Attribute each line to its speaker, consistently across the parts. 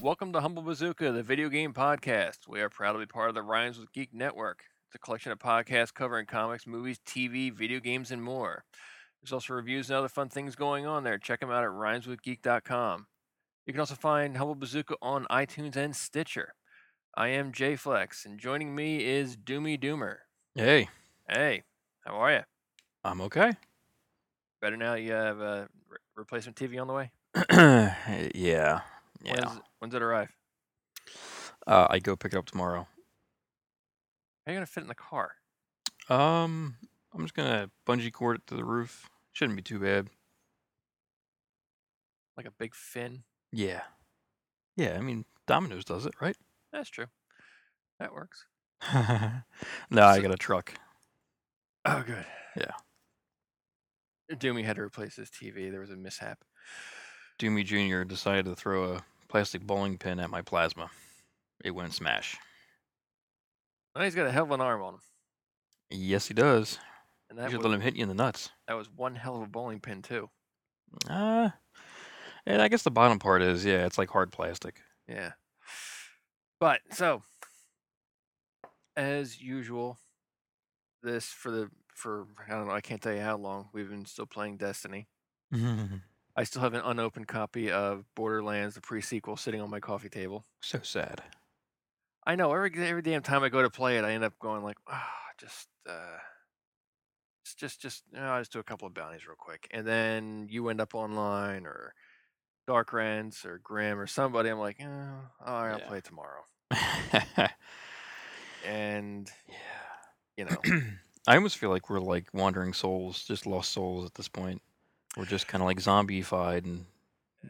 Speaker 1: welcome to Humble Bazooka, the video game podcast. We are proud to be part of the Rhymes with Geek Network. It's a collection of podcasts covering comics, movies, TV, video games, and more. There's also reviews and other fun things going on there. Check them out at rhymeswithgeek.com. You can also find Humble Bazooka on iTunes and Stitcher. I am J Flex, and joining me is Doomy Doomer.
Speaker 2: Hey,
Speaker 1: Hey, how are you?
Speaker 2: I'm okay.
Speaker 1: Better now you have a re- replacement TV on the way?
Speaker 2: yeah, yeah.
Speaker 1: When's, when's it arrive?
Speaker 2: Uh, I go pick it up tomorrow.
Speaker 1: How are you going to fit it in the car?
Speaker 2: Um, I'm just gonna bungee cord it to the roof. Shouldn't be too bad.
Speaker 1: Like a big fin?
Speaker 2: Yeah, yeah. I mean, Domino's does it, right?
Speaker 1: That's true. That works.
Speaker 2: no, I
Speaker 1: So-
Speaker 2: got a truck.
Speaker 1: Oh, good.
Speaker 2: Yeah.
Speaker 1: Doomy had to replace his TV. There was a mishap.
Speaker 2: Doomy Jr. decided to throw a plastic bowling pin at my plasma. It went smash.
Speaker 1: Now Oh, he's got a hell of an arm on him.
Speaker 2: Yes, he does.
Speaker 1: And
Speaker 2: You
Speaker 1: that
Speaker 2: should
Speaker 1: was,
Speaker 2: let him hit you in the nuts.
Speaker 1: that was one hell of a bowling pin, too.
Speaker 2: Uh, and I guess the bottom part is, yeah, it's like hard plastic.
Speaker 1: Yeah. But, so, as usual, this for the, for, I don't know, I can't tell you how long we've been still playing Destiny. I still have an unopened copy of Borderlands, the pre sequel, sitting on my coffee table.
Speaker 2: so sad.
Speaker 1: I know every every damn time I go to play it, I end up going like, ah, just uh, it's just just you know, I just do a couple of bounties real quick, and then you end up online or Dark Rents or Grim or somebody. I'm like, eh, all right, I'll
Speaker 2: Yeah.
Speaker 1: play tomorrow,
Speaker 2: yeah.
Speaker 1: and you know,
Speaker 2: I almost feel like we're like wandering souls, just lost souls at this point. We're just kind of like zombified and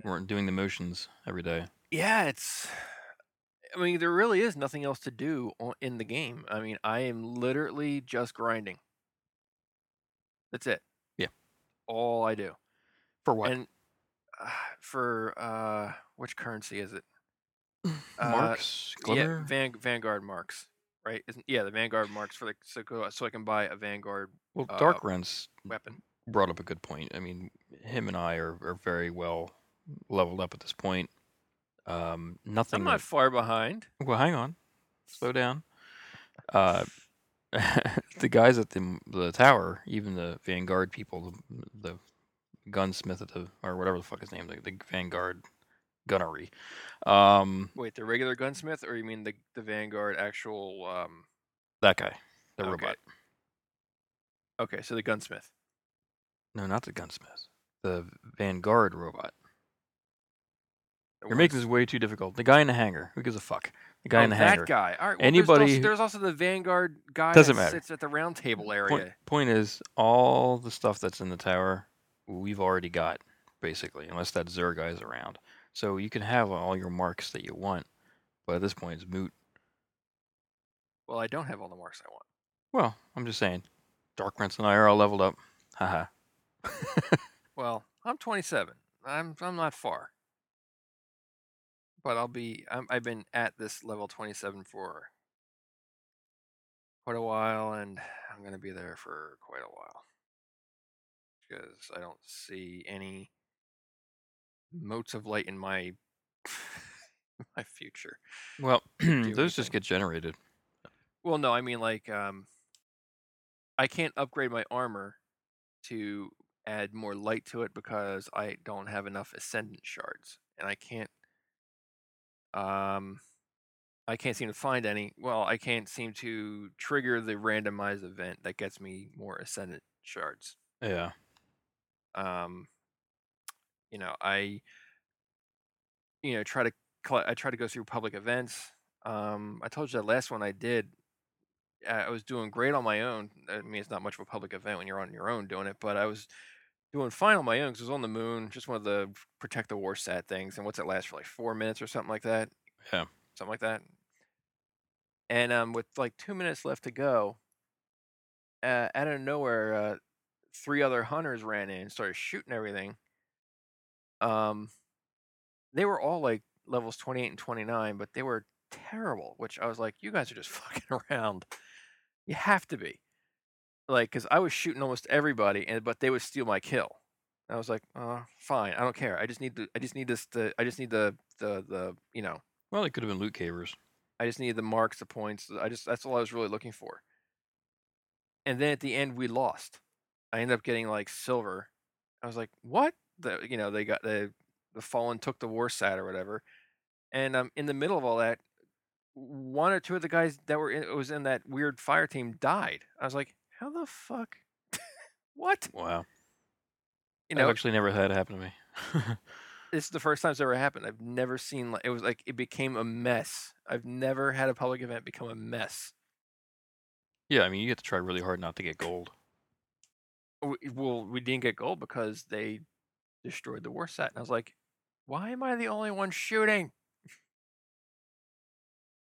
Speaker 2: we're doing the motions every day.
Speaker 1: yeah, it's. I mean, there really is nothing else to do on, in the game. I mean, I am literally just grinding. That's it.
Speaker 2: Yeah.
Speaker 1: All I do.
Speaker 2: For what?
Speaker 1: And uh, for uh, which currency is it? uh,
Speaker 2: Marks, glimmer.
Speaker 1: Yeah, Van, Vanguard marks, right? Isn't yeah the Vanguard marks for the so, go- so I can buy a Vanguard
Speaker 2: well,
Speaker 1: uh,
Speaker 2: Dark Rents
Speaker 1: weapon.
Speaker 2: brought up a good point. I mean, him and I are, are very well leveled up at this point. Um, nothing.
Speaker 1: I'm not far behind.
Speaker 2: that- well, hang on, slow down. Uh, the guys at the the tower, even the Vanguard people, the, the gunsmith at the or whatever the fuck his name, the, the Vanguard gunnery. Um,
Speaker 1: Wait, the regular gunsmith, or you mean the the Vanguard actual? Um,
Speaker 2: that guy, the
Speaker 1: Okay.
Speaker 2: robot.
Speaker 1: okay, so the gunsmith.
Speaker 2: No, not the gunsmith. The Vanguard robot.
Speaker 1: the
Speaker 2: You're
Speaker 1: one-
Speaker 2: making this way too difficult. The guy in the hangar. Who gives a fuck? The guy
Speaker 1: oh,
Speaker 2: in the
Speaker 1: that
Speaker 2: hangar.
Speaker 1: guy. All right. well,
Speaker 2: Anybody
Speaker 1: There's also,
Speaker 2: who-
Speaker 1: there's also the Vanguard guy
Speaker 2: Doesn't
Speaker 1: that
Speaker 2: matter.
Speaker 1: sits at the round table area.
Speaker 2: Point, point is, all the stuff that's in the tower, we've already got, basically, unless that Zer guy's around. So you can have all your marks that you want, but at this point, it's moot.
Speaker 1: Well, I don't have all the marks I want.
Speaker 2: Well, I'm just saying, Dark Prince and I are all leveled up. Haha.
Speaker 1: Well, I'm 27. I'm I'm not far. But I'll be I'm, I've been at this level 27 for quite a while and I'm going to be there for quite a while. Cuz I don't see any motes of light in my my future.
Speaker 2: Well, those
Speaker 1: anything.
Speaker 2: just get generated.
Speaker 1: Well, no, I mean like um I can't upgrade my armor to add more light to it because I don't have enough ascendant shards and I can't um I can't seem to find any. Well, I can't seem to trigger the randomized event that gets me more ascendant shards.
Speaker 2: Yeah.
Speaker 1: Um you know, I you know, try to colle- I try to go through public events. Um I told you that last one I did uh, I was doing great on my own. I mean, it's not much of a public event when you're on your own doing it, but I was doing fine on my own 'cause I was on the moon, just one of the f- protect the war sat things. And what's it last for like four minutes or something like that?
Speaker 2: Yeah.
Speaker 1: Something like that. And um, with like two minutes left to go, uh, out of nowhere, uh, three other hunters ran in and started shooting everything. Um, they were all like levels 28 and 29, but they were terrible, which I was like, you guys are just fucking around. You have to be. Like, because I was shooting almost everybody, and but they would steal my kill. And I was like, uh, fine, I don't care. I just need the, I just need this, the, I just need the, the, the, you know,
Speaker 2: Well, they could have been loot cavers.
Speaker 1: I just needed the marks, the points. I just that's all I was really looking for. And then at the end, we lost. I ended up getting like silver. I was like, what? The, you know, they got the the fallen took the war side or whatever. And um, in the middle of all that, one or two of the guys that were in, was in that weird fire team died. I was like, how the fuck? what?
Speaker 2: Wow.
Speaker 1: You know,
Speaker 2: I've actually never had it happen to me.
Speaker 1: this is the first time it's ever happened. I've never seen like it was like it became a mess. I've never had a public event become a mess.
Speaker 2: yeah, I mean, you have to try really hard not to get gold.
Speaker 1: W- Well, we didn't get gold because they destroyed the war set, and I was like, why am I the only one shooting?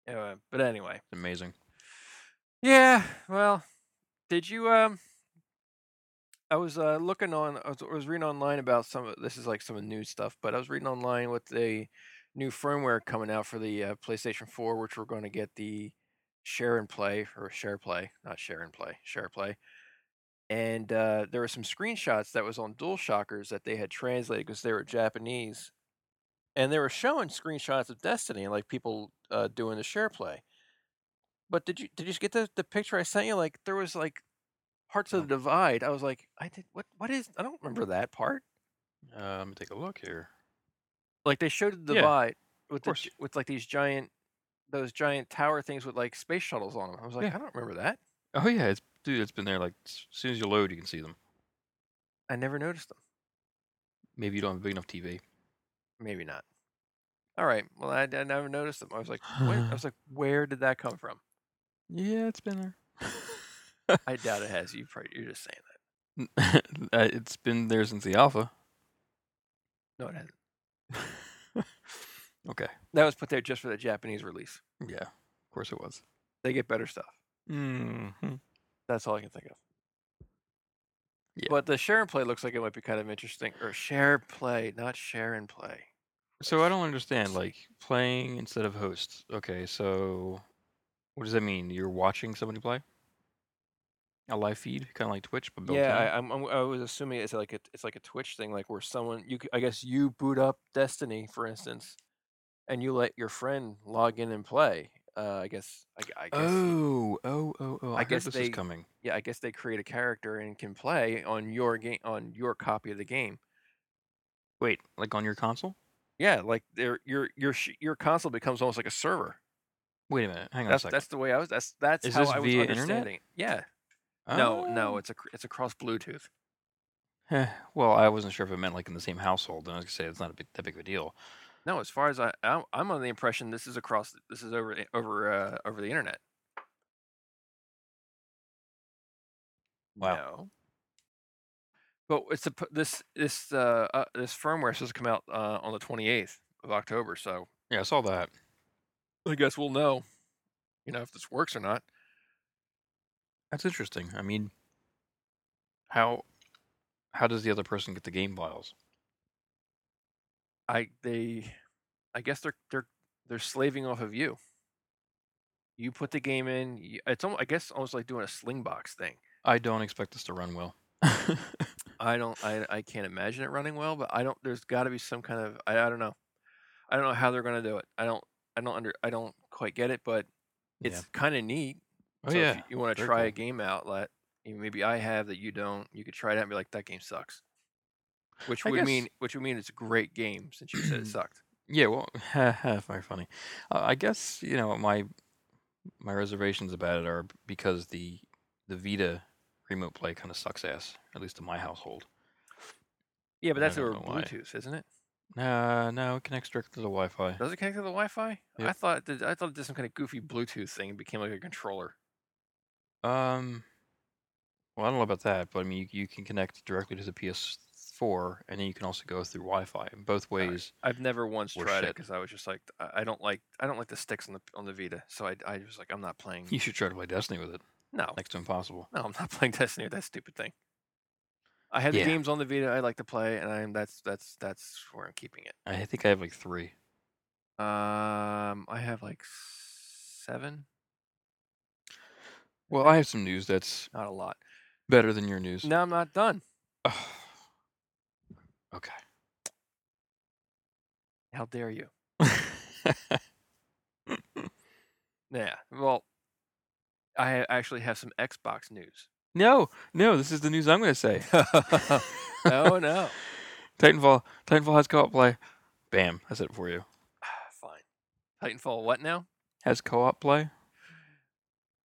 Speaker 1: Uh, but anyway,
Speaker 2: It's amazing.
Speaker 1: yeah. Well, did you um? I was uh, looking on. I was, I was reading online about some. of This is like some of the news stuff, but I was reading online with the new firmware coming out for the uh, PlayStation 4, which we're going to get the share and play or share play, not share and play, share play. And uh, there were some screenshots that was on DualShockers that they had translated because they were Japanese, and they were showing screenshots of Destiny and like people uh, doing the share play. But did you did you get the, the picture I sent you? Like there was like parts
Speaker 2: No.
Speaker 1: of the divide. I was like, I did what? What is? I don't remember that part.
Speaker 2: Uh, let me take a look here.
Speaker 1: Like they showed the
Speaker 2: Yeah,
Speaker 1: divide with the,
Speaker 2: course.
Speaker 1: gi- with like these giant those giant tower things with like space shuttles on them. I was like,
Speaker 2: Yeah.
Speaker 1: I don't remember that.
Speaker 2: Oh yeah, it's dude. It's been there like as soon as you load, you can see them.
Speaker 1: I never noticed them.
Speaker 2: Maybe you don't have a big enough TV.
Speaker 1: Maybe not. All right. Well, I, I never noticed them. I was like, when? I was like, where did that come from?
Speaker 2: yeah, it's been there.
Speaker 1: I doubt it has. You probably you're just saying
Speaker 2: N- uh, it's been there since the alpha.
Speaker 1: that. No, it hasn't.
Speaker 2: okay.
Speaker 1: That was put there just for the Japanese release.
Speaker 2: Yeah. Of course it was.
Speaker 1: They get better stuff.
Speaker 2: Mm-hmm.
Speaker 1: That's all I can think of.
Speaker 2: Yeah.
Speaker 1: But the share and play looks like it might be kind of interesting. Or share play, not share and play.
Speaker 2: So I don't understand. Like playing instead of hosts. Okay, so what does that mean? You're watching somebody play a live feed, kind of like Twitch, but built
Speaker 1: Yeah,
Speaker 2: in.
Speaker 1: I, I'm, I'm. I was assuming it's like a, it's like a Twitch thing, like where someone you. c- I guess you boot up Destiny, for instance, and you let your friend log in and play. Uh, I guess. I, g- I guess.
Speaker 2: Oh, oh, oh, oh! I,
Speaker 1: I
Speaker 2: heard
Speaker 1: guess
Speaker 2: this
Speaker 1: they-
Speaker 2: is coming.
Speaker 1: Yeah, I guess they create a character and can play on your game on your copy of the game.
Speaker 2: Wait, like on your console?
Speaker 1: Yeah, like their your your sh- your console becomes almost like a server.
Speaker 2: Wait a minute. Hang on a
Speaker 1: That's
Speaker 2: second.
Speaker 1: that's the way I was. That's that's
Speaker 2: Is
Speaker 1: how
Speaker 2: this
Speaker 1: I was
Speaker 2: via internet?
Speaker 1: understanding. it. Yeah. No,
Speaker 2: Oh.
Speaker 1: no, it's a cr- it's across Bluetooth.
Speaker 2: Eh, well, I wasn't sure if it meant like in the same household. And I was gonna say it's not a big, that big of a deal.
Speaker 1: No, as far as I I'm, I'm on the impression this is across this is over the- over uh, over the internet.
Speaker 2: Wow.
Speaker 1: No. But it's a, this this uh, uh this firmware is supposed to come out uh, on the 28th of October, so
Speaker 2: Yeah, I saw that.
Speaker 1: I guess we'll know, you know, if this works or not.
Speaker 2: That's interesting. I mean, how how does the other person get the game files?
Speaker 1: I they, I guess they're they're they're slaving off of you. You put the game in. y- It's almost, I guess almost like doing a sling box thing.
Speaker 2: I don't expect this to run well.
Speaker 1: I don't I I can't imagine it running well, but I don't there's got to be some kind of I, I don't know. I don't know how they're going to do it. I don't I don't under I don't quite get it, but it's kind of neat.
Speaker 2: Oh
Speaker 1: so if
Speaker 2: yeah.
Speaker 1: you, want to
Speaker 2: very
Speaker 1: try a
Speaker 2: cool.
Speaker 1: game out that you- maybe I have that you don't, you could try it out and be like that game sucks. Which
Speaker 2: I
Speaker 1: would
Speaker 2: guess-
Speaker 1: mean which would mean it's a great game since you said it sucked.
Speaker 2: Yeah. Well, very funny. Uh, I guess you know my my reservations about it are because the the Vita remote play kind of sucks ass, at least in my household.
Speaker 1: Yeah, but
Speaker 2: I
Speaker 1: that's
Speaker 2: don't
Speaker 1: over
Speaker 2: know why.
Speaker 1: Bluetooth, isn't it?
Speaker 2: Uh, no, it connects directly to the Wi-Fi.
Speaker 1: Does it connect to the Wi-Fi?
Speaker 2: Yep.
Speaker 1: I thought it did, I thought it did some kind of goofy Bluetooth thing and became like a controller.
Speaker 2: Um, well, I don't know about that, but I mean, you, you can connect directly to the PS4, and then you can also go through Wi-Fi. And both ways,
Speaker 1: I've never once
Speaker 2: Or
Speaker 1: tried it
Speaker 2: shit.
Speaker 1: because I was just like, I I don't like, I don't like the sticks on the on the Vita, so I, I was like, I'm not playing.
Speaker 2: you should try to play Destiny with it.
Speaker 1: No,
Speaker 2: Next to impossible.
Speaker 1: no, I'm not playing Destiny with that stupid thing. I have
Speaker 2: Yeah.
Speaker 1: the games on the Vita I like to play, and I'm that's that's that's where I'm keeping it.
Speaker 2: I think I have like three.
Speaker 1: Um, I have like seven,
Speaker 2: Well, I have some news that's
Speaker 1: not a lot.
Speaker 2: better than your news.
Speaker 1: No, I'm not done.
Speaker 2: okay.
Speaker 1: How dare you? Yeah. Well, I ha- actually have some Xbox news.
Speaker 2: No, no, this is the news I'm going to say.
Speaker 1: oh no.
Speaker 2: Titanfall, Titanfall has co-op play. Bam, that's it for you.
Speaker 1: Ah, Fine. Titanfall what now?
Speaker 2: Has co-op play.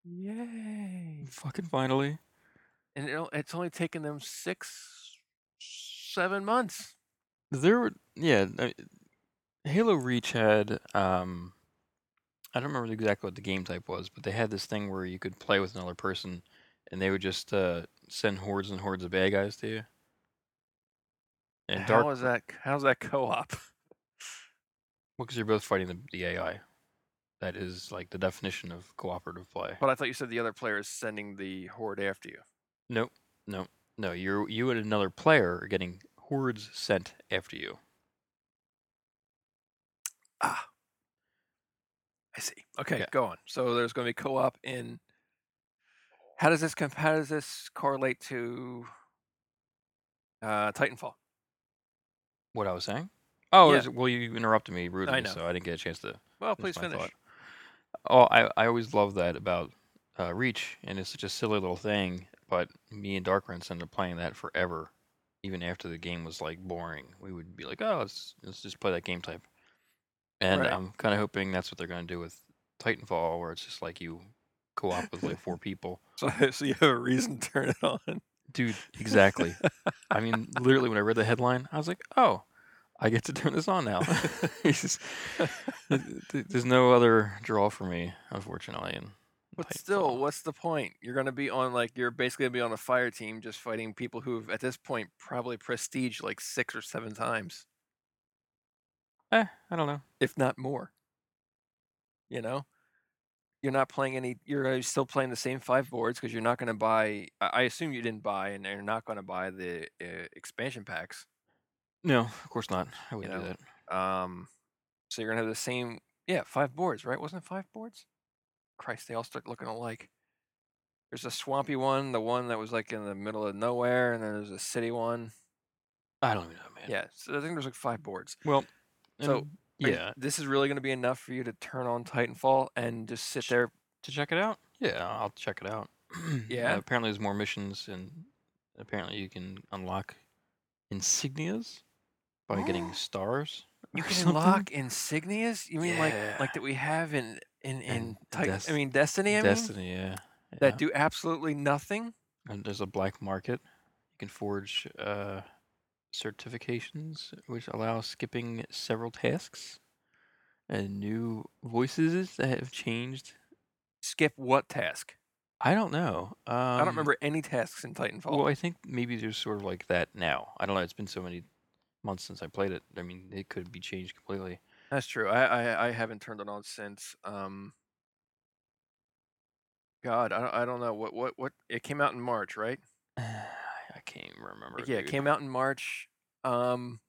Speaker 1: Yay.
Speaker 2: Fucking finally.
Speaker 1: And it, it's only taken them 6 7 months.
Speaker 2: There, were- yeah. I, Halo Reach had. Um, I don't remember exactly what the game type was, but they had this thing where you could play with another person, and they would just uh, send hordes and hordes of bad guys to you. And
Speaker 1: How
Speaker 2: dark,
Speaker 1: is that how's that co-op?
Speaker 2: because you're both fighting the, the AI. That is like the definition of cooperative play.
Speaker 1: But I thought you said the other player is sending the horde after you.
Speaker 2: Nope, no, no. You're you and another player are getting hordes sent after you.
Speaker 1: I see. Okay,
Speaker 2: Yeah.
Speaker 1: go on. So there's going to be co-op in How does this comp- how does this correlate to uh Titanfall?
Speaker 2: What I was saying? Oh,
Speaker 1: Yeah.
Speaker 2: is it- well, you interrupted me rudely,
Speaker 1: know.
Speaker 2: so I didn't get a chance to.
Speaker 1: Well,
Speaker 2: finish
Speaker 1: please
Speaker 2: my
Speaker 1: finish.
Speaker 2: thought. Oh, I I always love that about uh, Reach, and it's such a silly little thing. But me and Darkrens ended up playing that forever, even after the game was like boring. We would be like, oh, let's let's just play that game type. And
Speaker 1: Right.
Speaker 2: I'm kind of hoping that's what they're going to do with Titanfall, where it's just like you co-op with like four people.
Speaker 1: So, so you have a reason to turn it on.
Speaker 2: Dude, exactly. I mean, literally, when I read the headline, I was like, "Oh, I get to turn this on now." It's just- th- th- there's no other draw for me, unfortunately. And
Speaker 1: But still, what's the point? You're going to be on like you're basically going to be on a fire team just fighting people who've at this point probably prestige like 6 or 7 times,
Speaker 2: eh, I don't know.
Speaker 1: if not more. You know? You're not playing any you're gonna be still playing the same five boards because you're not going to buy I I assume you didn't buy and you're not going to buy the uh, expansion packs.
Speaker 2: No, of course not. I wouldn't
Speaker 1: know,
Speaker 2: do that.
Speaker 1: Um, so you're gonna have the same, yeah, five boards, right? Wasn't it five boards? Christ, they all start looking alike. There's a swampy one, the one that was like in the middle of nowhere, and then there's a city one.
Speaker 2: I don't even know, man.
Speaker 1: Yeah, so I think there's like five boards.
Speaker 2: Well,
Speaker 1: So,
Speaker 2: and-
Speaker 1: Are you-
Speaker 2: yeah,
Speaker 1: this is really gonna be enough for you to turn on Titanfall and just sit there.
Speaker 2: to check it out. Yeah, I'll check it out. Uh,
Speaker 1: Yeah?
Speaker 2: apparently, there's more missions, and apparently, you can unlock insignias by getting stars.
Speaker 1: You
Speaker 2: or
Speaker 1: can
Speaker 2: something.
Speaker 1: unlock insignias. You mean like
Speaker 2: Yeah.
Speaker 1: like that we have in in in
Speaker 2: And
Speaker 1: Titan?
Speaker 2: Des-
Speaker 1: I mean Destiny. I mean
Speaker 2: Destiny, yeah. yeah.
Speaker 1: that do absolutely nothing.
Speaker 2: And there's a black market. You can forge uh, certifications, which allow skipping several tasks. And new voices that have changed.
Speaker 1: Skip what task?
Speaker 2: I don't know. Um,
Speaker 1: I don't remember any tasks in Titanfall.
Speaker 2: Well, I think maybe there's sort of like that now. I don't know. It's been so many months since I played it. I mean, it could be changed completely.
Speaker 1: That's true. I, I I haven't turned it on since. Um, God, I don't, I don't know what what what it came out in March, right?
Speaker 2: I can't even remember.
Speaker 1: yeah, it
Speaker 2: dude.
Speaker 1: came out in March. Um,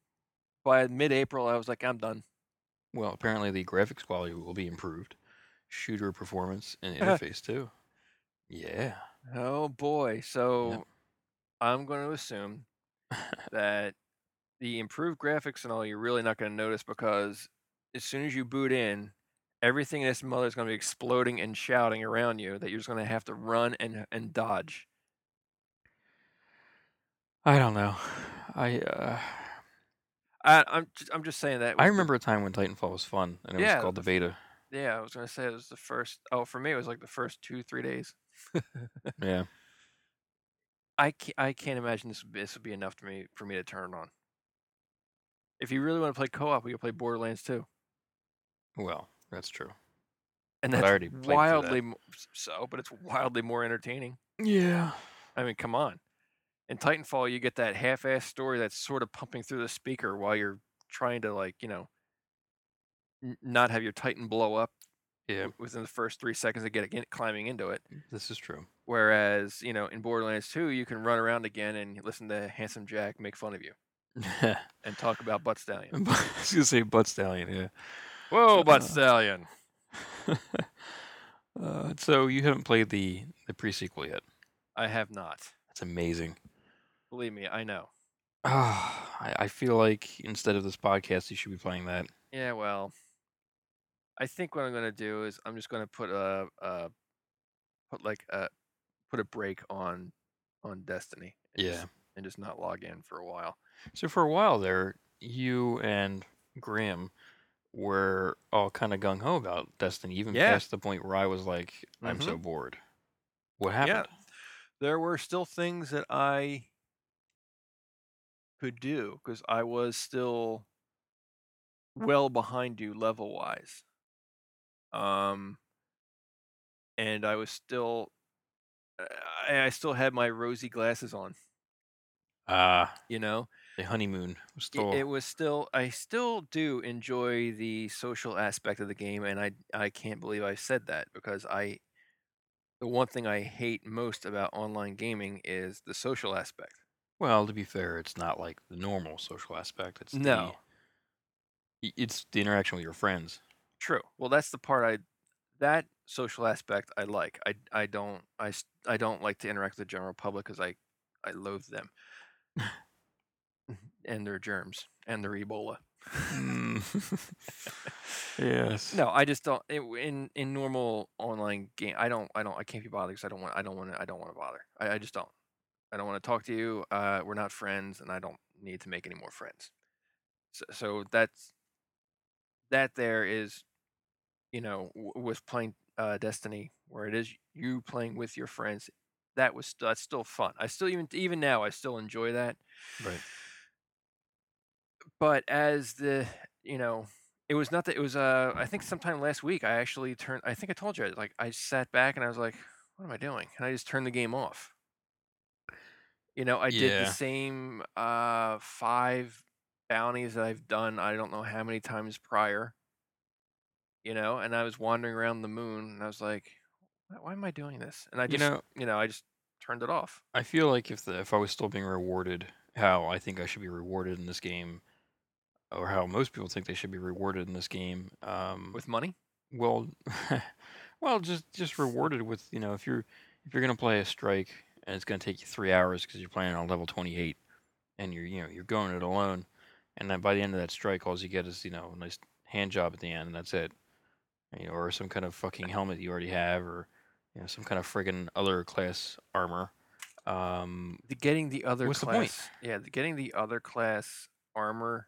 Speaker 1: by mid-April, I was like, I'm done.
Speaker 2: Well, apparently the graphics quality will be improved. Shooter performance and interface too. Yeah.
Speaker 1: Oh boy! So I'm going to assume that the improved graphics and all you're really not going to notice because as soon as you boot in, everything in this mother is going to be exploding and shouting around you that you're just going to have to run and and dodge.
Speaker 2: I don't know. I uh,
Speaker 1: I, I'm just, I'm just saying that.
Speaker 2: I
Speaker 1: was the-
Speaker 2: remember a time when Titanfall was fun and it
Speaker 1: Yeah,
Speaker 2: was called the beta.
Speaker 1: Yeah, I was gonna say it was the first. Oh, for me, it was like the first two, three days.
Speaker 2: Yeah.
Speaker 1: I can't, I can't imagine this. would be- This would be enough to me for me to turn it on. If you really want to play co-op, we could play Borderlands 2.
Speaker 2: Well, that's true.
Speaker 1: and
Speaker 2: But I
Speaker 1: that's
Speaker 2: already played through that.
Speaker 1: wildly mo- s- so, but it's wildly more entertaining.
Speaker 2: Yeah.
Speaker 1: I mean, come on. In Titanfall, you get that half-ass story that's sort of pumping through the speaker while you're trying to, like, you know, n- not have your Titan blow up
Speaker 2: Yeah.
Speaker 1: w- within the first three seconds of getting climbing into it.
Speaker 2: This is true.
Speaker 1: Whereas, you know, in Borderlands 2, you can run around again and listen to Handsome Jack make fun of you
Speaker 2: I
Speaker 1: and talk about Butt
Speaker 2: Um,
Speaker 1: Stallion.
Speaker 2: was gonna say butt stallion.
Speaker 1: Whoa,
Speaker 2: Butt
Speaker 1: Stallion.
Speaker 2: Yeah. uh, so you haven't played the the pre sequel yet.
Speaker 1: I have not.
Speaker 2: That's amazing.
Speaker 1: Believe me, I know.
Speaker 2: Ah, I, I feel like instead of this podcast, you should be playing that.
Speaker 1: Yeah, well, I think what I'm gonna do is I'm just gonna put a, a put like a put a break on on Destiny. And
Speaker 2: Yeah.
Speaker 1: Just, and just not log in for a while.
Speaker 2: So for a while there, you and Graham were all kind of gung ho about Destiny, even
Speaker 1: Yeah. Mm-hmm.
Speaker 2: past the point where I was like, "I'm so bored." What happened?
Speaker 1: There were still things that I could do because I was still well behind you level wise. Um, and I was still, uh, I, I still had my rosy glasses on.
Speaker 2: Ah,
Speaker 1: You know,
Speaker 2: the honeymoon was
Speaker 1: it,
Speaker 2: still.
Speaker 1: it was still i still do enjoy the social aspect of the game and i i can't believe i said that because i the one thing i hate most about online gaming is the social aspect
Speaker 2: well, to be fair, it's not like the normal social aspect. It's
Speaker 1: No.
Speaker 2: The, i- it's the interaction with your friends.
Speaker 1: true well that's the part i that social aspect i like i i don't i s- i don't like to interact with the general public because i i loathe them and their germs and their ebola
Speaker 2: Mm. yes.
Speaker 1: No, I just don't. It, in in normal online game, I don't, I don't, I can't be bothered because I don't want, I don't want to, I don't want to bother. I, I just don't. I don't want to talk to you. Uh, we're not friends, and I don't need to make any more friends. So, so that's that. There is, you know, w- with playing uh, Destiny, where it is you playing with your friends. That was st- that's still fun. I still even even now I still enjoy that.
Speaker 2: Right.
Speaker 1: But as the you know, it was not that it was. Uh, I think sometime last week I actually turned. I think I told you like I sat back and I was like, "What am I doing?" And I just turned the game off. You know, I did
Speaker 2: Yeah.
Speaker 1: the same uh, five bounties that I've done. I don't know how many times prior. You know, and I was wandering around the moon and I was like, "Why why am I doing this?" And I
Speaker 2: You
Speaker 1: just,
Speaker 2: know,
Speaker 1: you know, I just turned it off.
Speaker 2: I feel like if the if I was still being rewarded how I think I should be rewarded in this game, or how most people think they should be rewarded in this game, um,
Speaker 1: With money,
Speaker 2: well, well, just just rewarded with you know if you're if you're gonna play a strike and it's gonna take you three hours because you're playing on level twenty eight and you're you know you're going it alone, and then by the end of that strike, all you get is you know a nice hand job at the end, and that's it, you know, or some kind of fucking helmet you already have, or you know some kind of friggin' other class armor. Um,
Speaker 1: the, getting the other
Speaker 2: What's the point?
Speaker 1: class. Yeah, the, getting the other class armor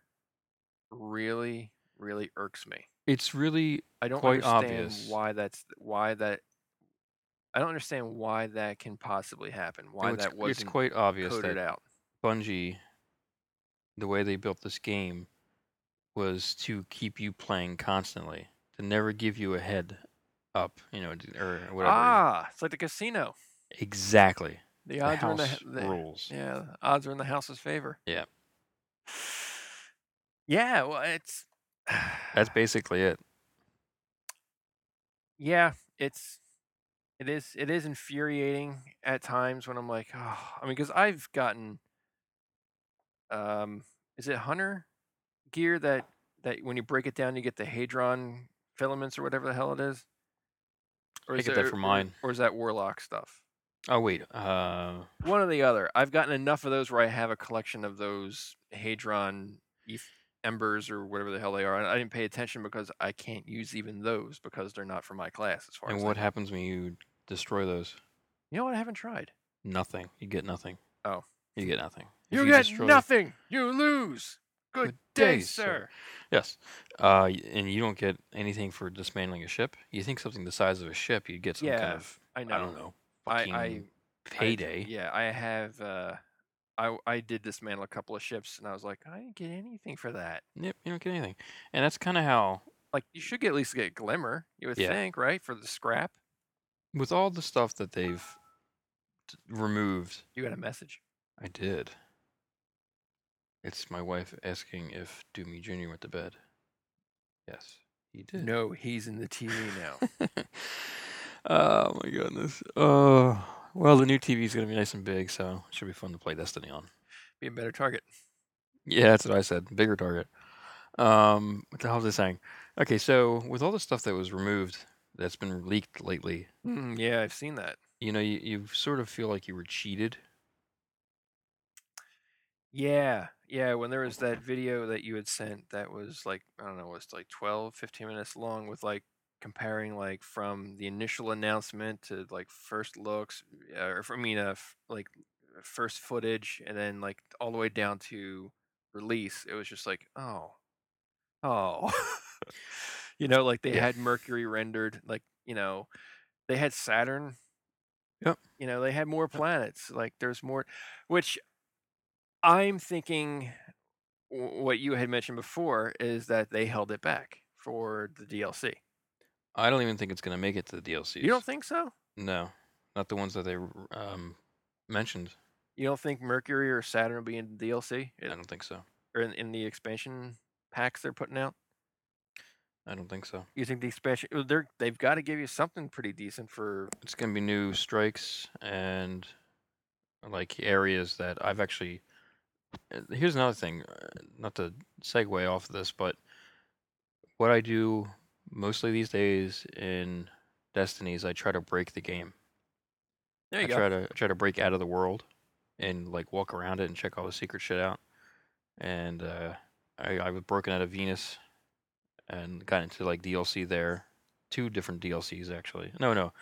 Speaker 1: really, really irks me.
Speaker 2: it's really
Speaker 1: I don't
Speaker 2: quite
Speaker 1: understand
Speaker 2: obvious.
Speaker 1: why that's why that I don't understand why that can possibly happen. Why
Speaker 2: no, it's,
Speaker 1: that
Speaker 2: it's
Speaker 1: wasn't
Speaker 2: quite obvious
Speaker 1: coded
Speaker 2: that
Speaker 1: out.
Speaker 2: Bungie, the way they built this game, was to keep you playing constantly, to never give you a head up, you know, d- or whatever.
Speaker 1: Ah, it's like the casino.
Speaker 2: Exactly.
Speaker 1: The
Speaker 2: The
Speaker 1: odds are in the,
Speaker 2: house
Speaker 1: h- the
Speaker 2: rules.
Speaker 1: yeah, the odds are in the house's favor.
Speaker 2: Yeah.
Speaker 1: Yeah, well, it's
Speaker 2: That's basically it.
Speaker 1: yeah, it's it is it is infuriating at times when I'm like, oh, I mean, because I've gotten um, is it hunter gear that that when you break it down, you get the hadron filaments or whatever the hell it is. Or
Speaker 2: I
Speaker 1: is
Speaker 2: get that
Speaker 1: there-
Speaker 2: for
Speaker 1: or-
Speaker 2: mine.
Speaker 1: Or is that warlock stuff?
Speaker 2: Oh wait, uh,
Speaker 1: One or the other. I've gotten enough of those where I have a collection of those hadron eth- embers or whatever the hell they are. And I didn't pay attention because I can't use even those because they're not for my class as far
Speaker 2: and
Speaker 1: as I-
Speaker 2: what happens when you destroy those?
Speaker 1: you know what I haven't tried.
Speaker 2: Nothing. You get nothing.
Speaker 1: Oh.
Speaker 2: You get nothing. If
Speaker 1: You, get
Speaker 2: destroy-
Speaker 1: nothing. You lose. Good,
Speaker 2: Good
Speaker 1: day,
Speaker 2: day,
Speaker 1: sir.
Speaker 2: sir. Yes. Uh, y- and you don't get anything for dismantling a ship. You think something the size of a ship, you'd get some
Speaker 1: Yeah,
Speaker 2: kind of
Speaker 1: I know.
Speaker 2: I don't know
Speaker 1: I,
Speaker 2: fucking
Speaker 1: I I-
Speaker 2: payday.
Speaker 1: yeah, I have. Uh, I w- I did dismantle a couple of ships, and I was like, I didn't get anything for that.
Speaker 2: Yep, you don't get anything. And that's kind of how
Speaker 1: Like, you should get, at least get glimmer. You would
Speaker 2: Yeah.
Speaker 1: think, right, for the scrap.
Speaker 2: with all the stuff that they've t- removed.
Speaker 1: You got a message.
Speaker 2: I did. It's my wife asking if Doomy Jr. went to bed. Yes, he did.
Speaker 1: No, he's in the TV now.
Speaker 2: oh my goodness. Oh, well, the new TV is gonna be nice and big, so it should be fun to play Destiny on.
Speaker 1: Be a better target.
Speaker 2: Yeah, that's what I said. Bigger target. Um, what the hell was I saying? Okay, so with all the stuff that was removed, that's been leaked lately,
Speaker 1: Mm, yeah, I've seen that.
Speaker 2: you know, you, you sort of feel like you were cheated.
Speaker 1: Yeah, Yeah, when there was that video that you had sent that was like, I don't know, was like 12, 15 minutes long with like comparing like from the initial announcement to like first looks, uh, or f- I mean, uh, f- like uh, first footage and then like all the way down to release. It was just like, oh, oh. you know, like they
Speaker 2: Yeah.
Speaker 1: had Mercury rendered, like, you know, they had Saturn,
Speaker 2: Yep.
Speaker 1: you know, they had more
Speaker 2: Yep.
Speaker 1: planets. Like there's more, which I'm thinking w- what you had mentioned before is that they held it back for the DLC.
Speaker 2: I don't even think it's going to make it to the
Speaker 1: You don't
Speaker 2: DLCs.
Speaker 1: think so?
Speaker 2: No, not the ones that they r- um, mentioned.
Speaker 1: You don't think Mercury or Saturn will be in the DLC
Speaker 2: I
Speaker 1: It-
Speaker 2: don't think so.
Speaker 1: or in, in the expansion packs they're putting out?
Speaker 2: I don't think so.
Speaker 1: You think the expansion uh, they're they've got to give you something pretty decent for
Speaker 2: It's going to be new strikes and like areas that I've actually. uh, Here's another thing, uh, not to segue off of this, but what I do mostly these days in Destiny is I try to break the game.
Speaker 1: There
Speaker 2: I
Speaker 1: you go.
Speaker 2: try to I try to break out of the world and like walk around it and check all the secret shit out. And uh, I I was broken out of Venus and got into like DLC there, two different DLCs actually. No, no,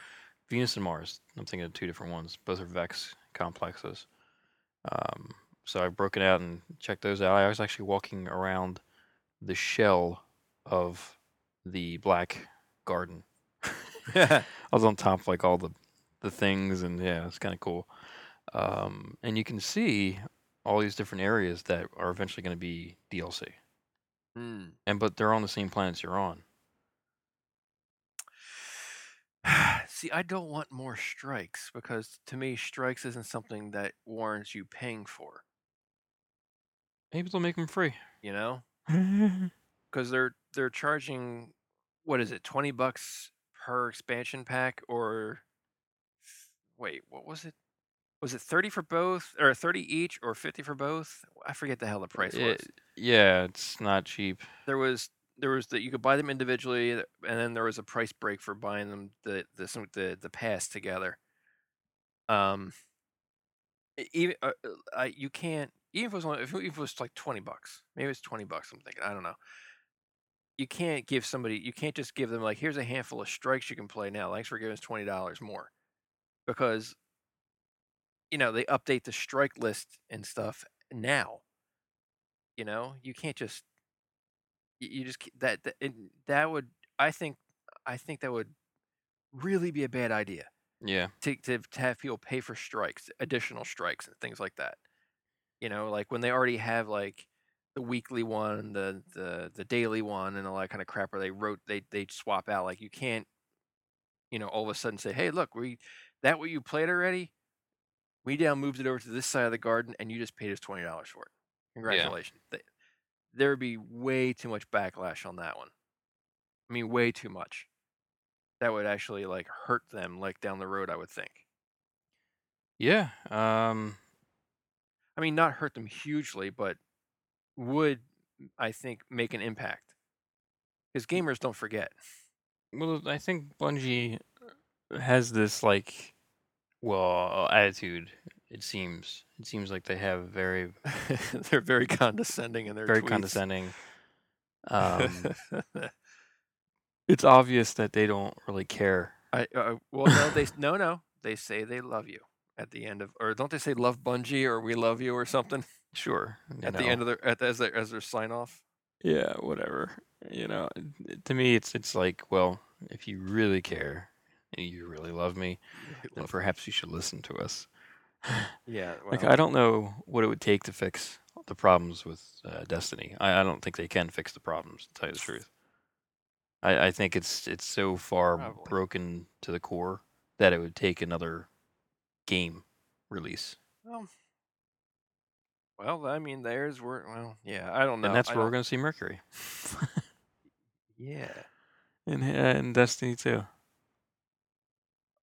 Speaker 2: Venus and Mars. I'm thinking of two different ones. Both are Vex complexes. Um, so I've broken out and checked those out. I was actually walking around the shell of the Black Garden. I was on top of, like all the the things, and yeah, it's kind of cool. Um, and you can see all these different areas that are eventually going to be DLC,
Speaker 1: Hmm.
Speaker 2: and but they're on the same planets you're on.
Speaker 1: See, I don't want more strikes because to me, strikes isn't something that warrants you paying for.
Speaker 2: Maybe they'll make them free.
Speaker 1: You know, because they're they're charging what is it 20 bucks per expansion pack or th- wait what was it was it 30 for both or 30 each or 50 for both i forget the hell the price was
Speaker 2: It- yeah, it's not cheap.
Speaker 1: there was there was that you could buy them individually th- and then there was a price break for buying them the the some- the, the pass together um even uh, uh, I, you can't even if it was only, if it if it was like 20 bucks maybe it's 20 bucks i'm thinking i don't know you can't give somebody you can't just give them like here's a handful of strikes you can play now thanks for giving us $20 more because you know they update the strike list and stuff now you know you can't just y- you just ca- that that, it, that would i think i think that would really be a bad idea
Speaker 2: Yeah,
Speaker 1: to, to, to have people pay for strikes additional strikes and things like that you know like when they already have like the weekly one the the the daily one and all that kind of crap where they wrote they they swap out like you can't you know all of a sudden say hey look we that what you played already we now moved it over to this side of the garden and you just paid us $20 for it
Speaker 2: yeah.
Speaker 1: congratulations Th- there would be way too much backlash on that one i mean way too much that would actually like hurt them like down the road i would think
Speaker 2: Yeah. Um
Speaker 1: i mean not hurt them hugely but would i think make an impact because gamers don't forget
Speaker 2: well I think Bungie has this like well attitude, it seems. It seems like they have very
Speaker 1: they're very condescending in their
Speaker 2: very
Speaker 1: tweets
Speaker 2: condescending. Um it's obvious that they don't really care.
Speaker 1: I uh, well no they s- no no they say they love you at the end of or don't they say love Bungie or we love you or something
Speaker 2: sure, you
Speaker 1: at the end
Speaker 2: know.
Speaker 1: of their at, as their as their sign off
Speaker 2: Yeah, whatever. You know, it- to me it's it's like, well, if you really care and you really love me,
Speaker 1: you really
Speaker 2: then
Speaker 1: love me
Speaker 2: perhaps you should listen to us.
Speaker 1: yeah
Speaker 2: Like
Speaker 1: well
Speaker 2: I don't know what it would take to fix the problems with uh, Destiny. I, I don't think they can fix the problems. To tell you the truth, I, I think it's it's so far
Speaker 1: probably
Speaker 2: broken to the core that it would take another game release,
Speaker 1: well well I mean theirs were well yeah I don't
Speaker 2: and
Speaker 1: know
Speaker 2: that's
Speaker 1: I
Speaker 2: where we're
Speaker 1: don't
Speaker 2: going to see Mercury
Speaker 1: yeah
Speaker 2: and uh, and Destiny too.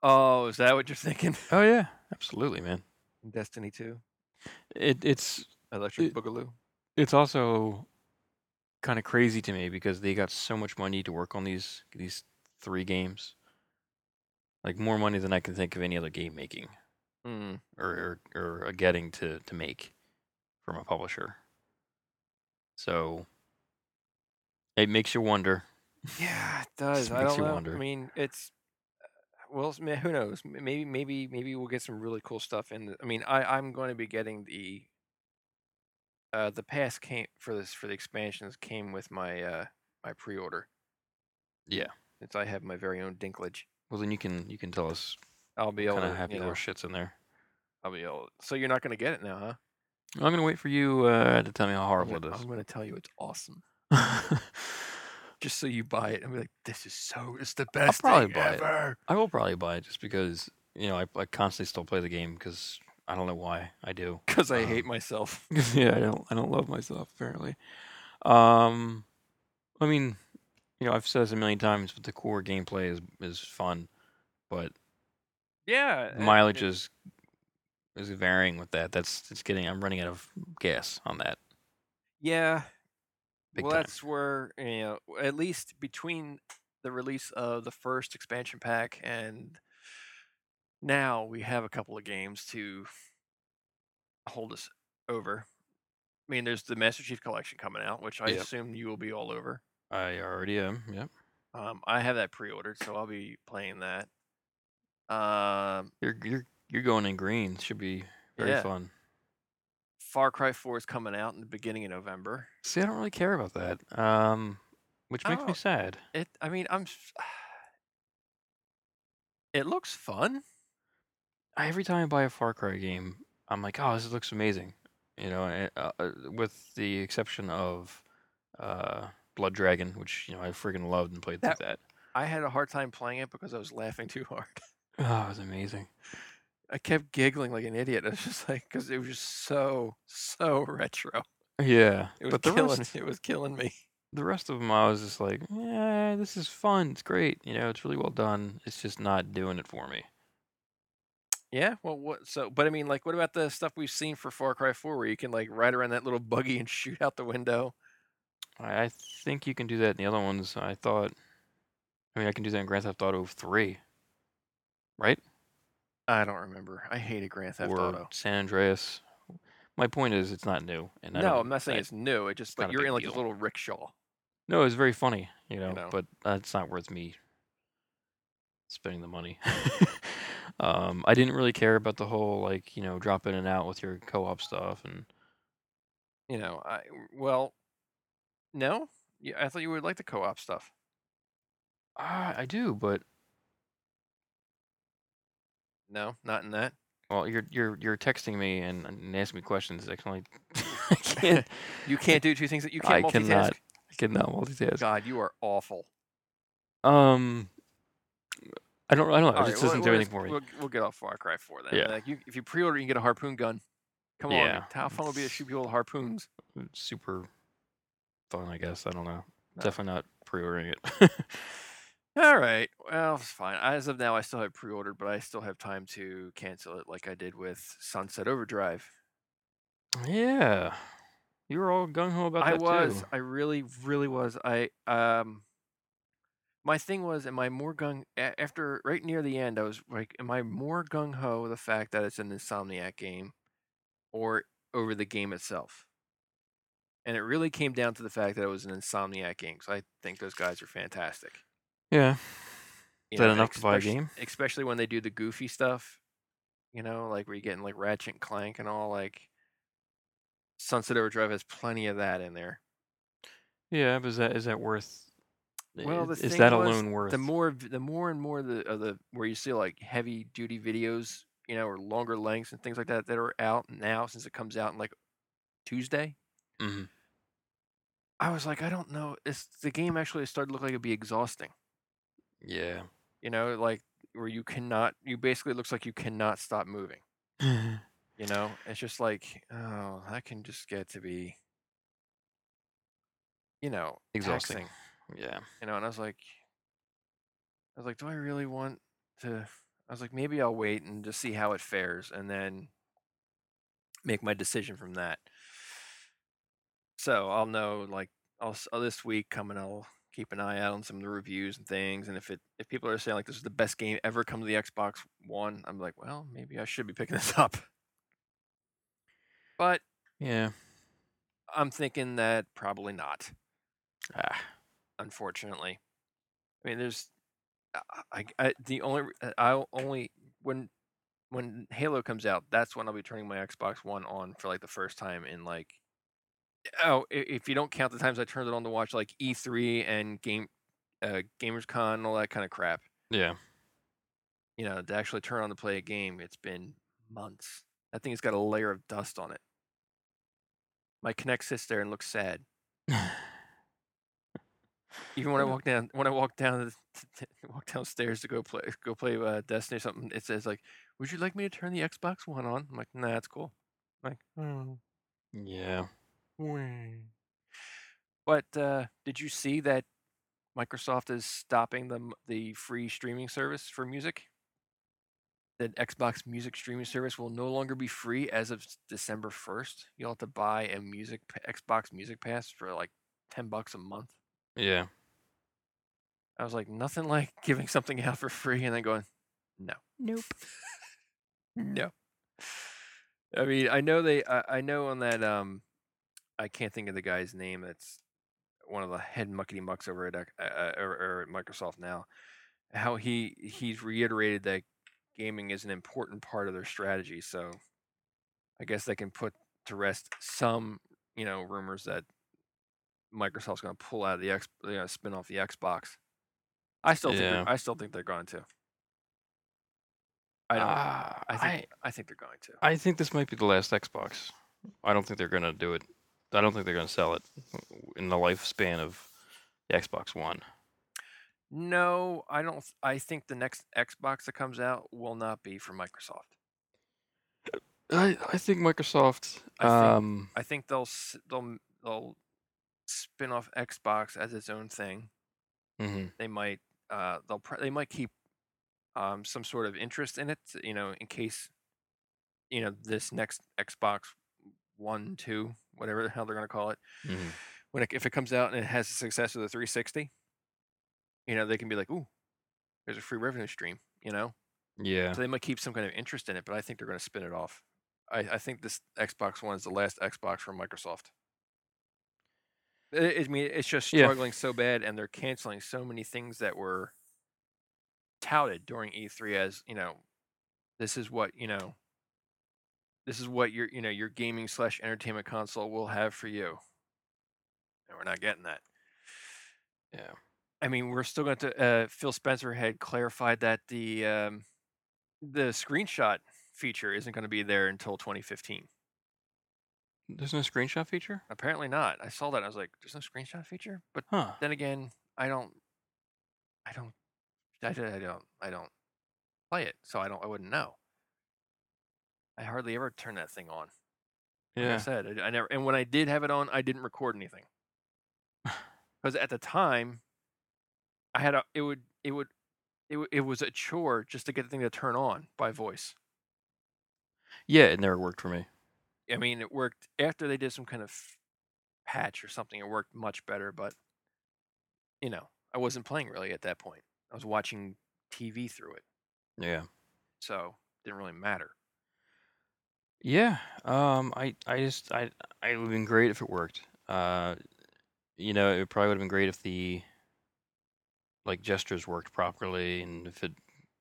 Speaker 1: oh is that what you're thinking
Speaker 2: Oh yeah, absolutely, man.
Speaker 1: Destiny two
Speaker 2: It it's
Speaker 1: Electric
Speaker 2: it,
Speaker 1: Boogaloo
Speaker 2: it's also kind of crazy to me because they got so much money to work on these these three games, like more money than I can think of any other game making.
Speaker 1: mm.
Speaker 2: uh, or or, or are getting to to make from a publisher. So it makes you wonder.
Speaker 1: Yeah, it does.
Speaker 2: Just
Speaker 1: I
Speaker 2: makes
Speaker 1: don't
Speaker 2: you
Speaker 1: know. I
Speaker 2: wonder.
Speaker 1: mean, it's uh, well, s- ma- who knows? M- Maybe, maybe, maybe we'll get some really cool stuff in. The, I mean, I I'm going to be getting the uh the pass came for this for the expansions came with my uh my pre-order
Speaker 2: Yeah.
Speaker 1: since I have my very own Dinklage.
Speaker 2: Well, then you can you can tell us
Speaker 1: I'll be able
Speaker 2: kind of
Speaker 1: to,
Speaker 2: happy
Speaker 1: you
Speaker 2: little
Speaker 1: know,
Speaker 2: shits in there.
Speaker 1: I'll be able. So you're not going to get it now, huh?
Speaker 2: I'm gonna wait for you uh, to tell me how
Speaker 1: I'm
Speaker 2: horrible
Speaker 1: gonna,
Speaker 2: it
Speaker 1: I'm gonna tell you it's awesome.
Speaker 2: is.
Speaker 1: Just so you buy it and be like, this is so, it's the
Speaker 2: I'll
Speaker 1: best
Speaker 2: probably
Speaker 1: thing
Speaker 2: buy it.
Speaker 1: ever.
Speaker 2: I will probably buy it just because you know I, I constantly still play the game because I don't know why I do.
Speaker 1: Because I hate
Speaker 2: Um,
Speaker 1: myself.
Speaker 2: yeah, I don't I don't love myself apparently. Um, I mean, you know, I've said this a million times, but the core gameplay is is fun, but
Speaker 1: Yeah,
Speaker 2: the
Speaker 1: and
Speaker 2: mileage
Speaker 1: it,
Speaker 2: Eh, is is varying with that. That's it's getting I'm running out of gas on that
Speaker 1: yeah.
Speaker 2: big
Speaker 1: Well,
Speaker 2: time.
Speaker 1: that's where you know, at least between the release of the first expansion pack and now, we have a couple of games to hold us over. I mean, there's the Master Chief Collection coming out, which I
Speaker 2: Yep,
Speaker 1: assume you will be all over.
Speaker 2: I already am. Yep,
Speaker 1: Um, I have that pre-ordered, so I'll be playing that. Um,
Speaker 2: you're you're you're going in green. Should be very
Speaker 1: yeah,
Speaker 2: fun.
Speaker 1: Far Cry 4 is coming out in the beginning of November.
Speaker 2: See, I don't really care about that. Um, which
Speaker 1: I
Speaker 2: makes me
Speaker 1: don't.
Speaker 2: sad.
Speaker 1: It. I mean, I'm. s- It looks fun.
Speaker 2: I- every time I buy a Far Cry game, I'm like, oh, this looks amazing. You know, eh, uh, uh, with the exception of uh, Blood Dragon, which you know I freaking loved and played through
Speaker 1: That
Speaker 2: that.
Speaker 1: I had a hard time playing it because I was laughing too hard.
Speaker 2: Oh, it was amazing.
Speaker 1: I kept giggling like an idiot. I was just like, because it was just so so retro.
Speaker 2: Yeah,
Speaker 1: It was
Speaker 2: but the
Speaker 1: killing.
Speaker 2: rest,
Speaker 1: It was killing me.
Speaker 2: the rest of them, I was just like, yeah, this is fun. It's great. You know, it's really well done. It's just not doing it for me.
Speaker 1: Yeah. Well, what? So, but I mean, like, what about the stuff we've seen for Far Cry 4, where you can like ride around that little buggy and shoot out the window?
Speaker 2: I, I think you can do that in the other ones. I thought. I mean, I can do that in Grand Theft Auto Three, right?
Speaker 1: I don't remember. I hated Grand Theft
Speaker 2: Or
Speaker 1: Auto.
Speaker 2: San Andreas. My point is, it's not new, and I
Speaker 1: No, I'm
Speaker 2: don't.
Speaker 1: not saying
Speaker 2: I,
Speaker 1: it's new. It just
Speaker 2: it's
Speaker 1: but
Speaker 2: not a
Speaker 1: you're in
Speaker 2: big
Speaker 1: like this
Speaker 2: deal.
Speaker 1: little rickshaw,
Speaker 2: No, it's very funny, you
Speaker 1: you
Speaker 2: know,
Speaker 1: know.
Speaker 2: but uh, it's not worth me spending the money. um, I didn't really care about the whole like you know drop in and out with your co-op stuff, and
Speaker 1: You know. I well, no. Yeah, I thought you would like the co-op stuff.
Speaker 2: uh, I do, but
Speaker 1: No, not in that.
Speaker 2: well, you're you're you're texting me and, and asking me questions. I can only I can't.
Speaker 1: you
Speaker 2: I
Speaker 1: can't do two things that you can't
Speaker 2: I
Speaker 1: multitask.
Speaker 2: cannot. I cannot multitask.
Speaker 1: God, you are awful.
Speaker 2: Um, I don't. I don't know. It
Speaker 1: All right,
Speaker 2: Oh, just
Speaker 1: we'll
Speaker 2: doesn't do
Speaker 1: we'll
Speaker 2: anything
Speaker 1: just
Speaker 2: for me.
Speaker 1: we'll, we'll get off Far Cry 4 then.
Speaker 2: Yeah.
Speaker 1: Like, you, if you pre-order, you can get a harpoon gun. Come on,
Speaker 2: Yeah.
Speaker 1: man. How fun would be to
Speaker 2: It's
Speaker 1: shoot people with harpoons?
Speaker 2: it's super fun. I guess. I don't know.
Speaker 1: No.
Speaker 2: Definitely not pre-ordering it.
Speaker 1: All right. Well, it's fine. As of now, I still have pre-ordered, but I still have time to cancel it, like I did with Sunset Overdrive.
Speaker 2: yeah. You were all gung ho about
Speaker 1: I
Speaker 2: that
Speaker 1: was.
Speaker 2: too.
Speaker 1: I really, really was. I um. My thing was, am I more gung a- after right near the end? I was like, am I more gung ho with the fact that it's an Insomniac game or over the game itself? And it really came down to the fact that it was an Insomniac game. So I think those guys are fantastic.
Speaker 2: Yeah. Is
Speaker 1: You
Speaker 2: that
Speaker 1: know, and
Speaker 2: enough to buy a
Speaker 1: especially
Speaker 2: game?
Speaker 1: especially when they do the goofy stuff. You know, like we're getting like Ratchet and Clank and all. Like Sunset Overdrive has plenty of that in there.
Speaker 2: Yeah, but is that is that worth? i-
Speaker 1: Well, the
Speaker 2: Is
Speaker 1: thing
Speaker 2: that
Speaker 1: was,
Speaker 2: alone
Speaker 1: the
Speaker 2: worth?
Speaker 1: more v- the more and more the of the where you see like heavy duty videos, you know, or longer lengths and things like that that are out now since it comes out in like Tuesday.
Speaker 2: hmm
Speaker 1: I was like, I don't know. It's the game actually started to look like it'd be exhausting.
Speaker 2: Yeah.
Speaker 1: You know, like where you cannot, you basically it looks like you cannot stop moving. You know, it's just like, oh, that can just get to be, you know,
Speaker 2: Exhausting.
Speaker 1: taxing.
Speaker 2: Yeah.
Speaker 1: You know, and I was like, I was like, do I really want to? I was like, maybe I'll wait and just see how it fares, and then make my decision from that. So I'll know like I'll, s- uh, this week coming. I'll keep an eye out on some of the reviews and things. And if it if people are saying like this is the best game ever come to the Xbox One, I'm like, well, maybe I should be picking this up. But
Speaker 2: Yeah.
Speaker 1: I'm thinking that probably not.
Speaker 2: Ah,
Speaker 1: Unfortunately, I mean, there's I, I the only re- uh, I only when when Halo comes out, that's when I'll be turning my Xbox One on for like the first time in like oh, i- if you don't count the times I turned it on to watch like E3 and game uh, Gamers Con and all that kind of crap,
Speaker 2: yeah.
Speaker 1: you know, to actually turn on to play a game, it's been months. That thing has got a layer of dust on it. My Kinect sits there and looks sad. Even when I
Speaker 2: Yeah.
Speaker 1: walk down, when I walk down, the- walk downstairs to go play, go play uh, Destiny or something, it says like, "Would you like me to turn the Xbox One on?" I'm like, "Nah, that's cool." I'm like, oh,
Speaker 2: yeah.
Speaker 1: wah." but uh, did you see that Microsoft is stopping the m- the free streaming service for music? That Xbox Music streaming service will no longer be free as of s- December first. You'll have to buy a music p- Xbox Music Pass for like ten bucks a month.
Speaker 2: Yeah.
Speaker 1: I was like, nothing like giving something out for free and then going, no,
Speaker 2: Nope.
Speaker 1: no. I mean, I know they, I, I know on that, um, I can't think of the guy's name. That's one of the head muckety mucks over at, X- uh, uh, or, or at Microsoft now. How he he's reiterated that gaming is an important part of their strategy. So I guess they can put to rest some, you know, rumors that Microsoft's going to pull out of the X, you know, spin off the Xbox. I still think
Speaker 2: Yeah.
Speaker 1: they're, I still think they're going to. I don't.
Speaker 2: Ah,
Speaker 1: I
Speaker 2: I,
Speaker 1: think I think they're going to.
Speaker 2: I think this might be the last Xbox. I don't think they're gonna do it. I don't think they're gonna sell it in the lifespan of the Xbox One.
Speaker 1: No, I don't. th- I think the next Xbox that comes out will not be from Microsoft.
Speaker 2: I, I think Microsoft.
Speaker 1: I think-
Speaker 2: um,
Speaker 1: I think they'll s- they'll m- they'll spin off Xbox as its own thing.
Speaker 2: mhm.
Speaker 1: They might uh they'll pr- they might keep um some sort of interest in it. You know, in case you know this next Xbox one two whatever the hell they're gonna call it
Speaker 2: Mhm.
Speaker 1: when it, if it comes out and it has the success of the 360 you know they can be like ooh there's a free revenue stream you know
Speaker 2: yeah.
Speaker 1: So they might keep some kind of interest in it, but I think they're going to spin it off. I, I think this Xbox One is the last Xbox from Microsoft. I I mean, it's just
Speaker 2: Yeah.
Speaker 1: struggling so bad, and they're canceling so many things that were touted during E3 as you know, this is what you know, this is what your you know your gaming slash entertainment console will have for you, and we're not getting that.
Speaker 2: Yeah.
Speaker 1: I mean, we're still going to. Uh, Phil Spencer had clarified that the um, the screenshot feature isn't going to be there until 2015.
Speaker 2: There's no screenshot feature?
Speaker 1: Apparently not. I saw that. I was like, "There's no screenshot feature." But
Speaker 2: Huh.
Speaker 1: then again, I don't, I don't, I, d- I don't, I don't play it, so I don't, I wouldn't know. I hardly ever turn that thing on. Like I
Speaker 2: Yeah.
Speaker 1: said, I, I never. And when I did have it on, I didn't record anything because at the time, I had a. It would. It would. It, w- it was a chore just to get the thing to turn on by voice.
Speaker 2: Yeah, it never worked for me.
Speaker 1: I mean, it worked after they did some kind of patch or something. It worked much better, but you know, I wasn't playing really at that point. I was watching TV through it,
Speaker 2: Yeah.
Speaker 1: so didn't really matter.
Speaker 2: Yeah. Um I I just I I would have been great if it worked. Uh you know, it probably would have been great if the like gestures worked properly and if it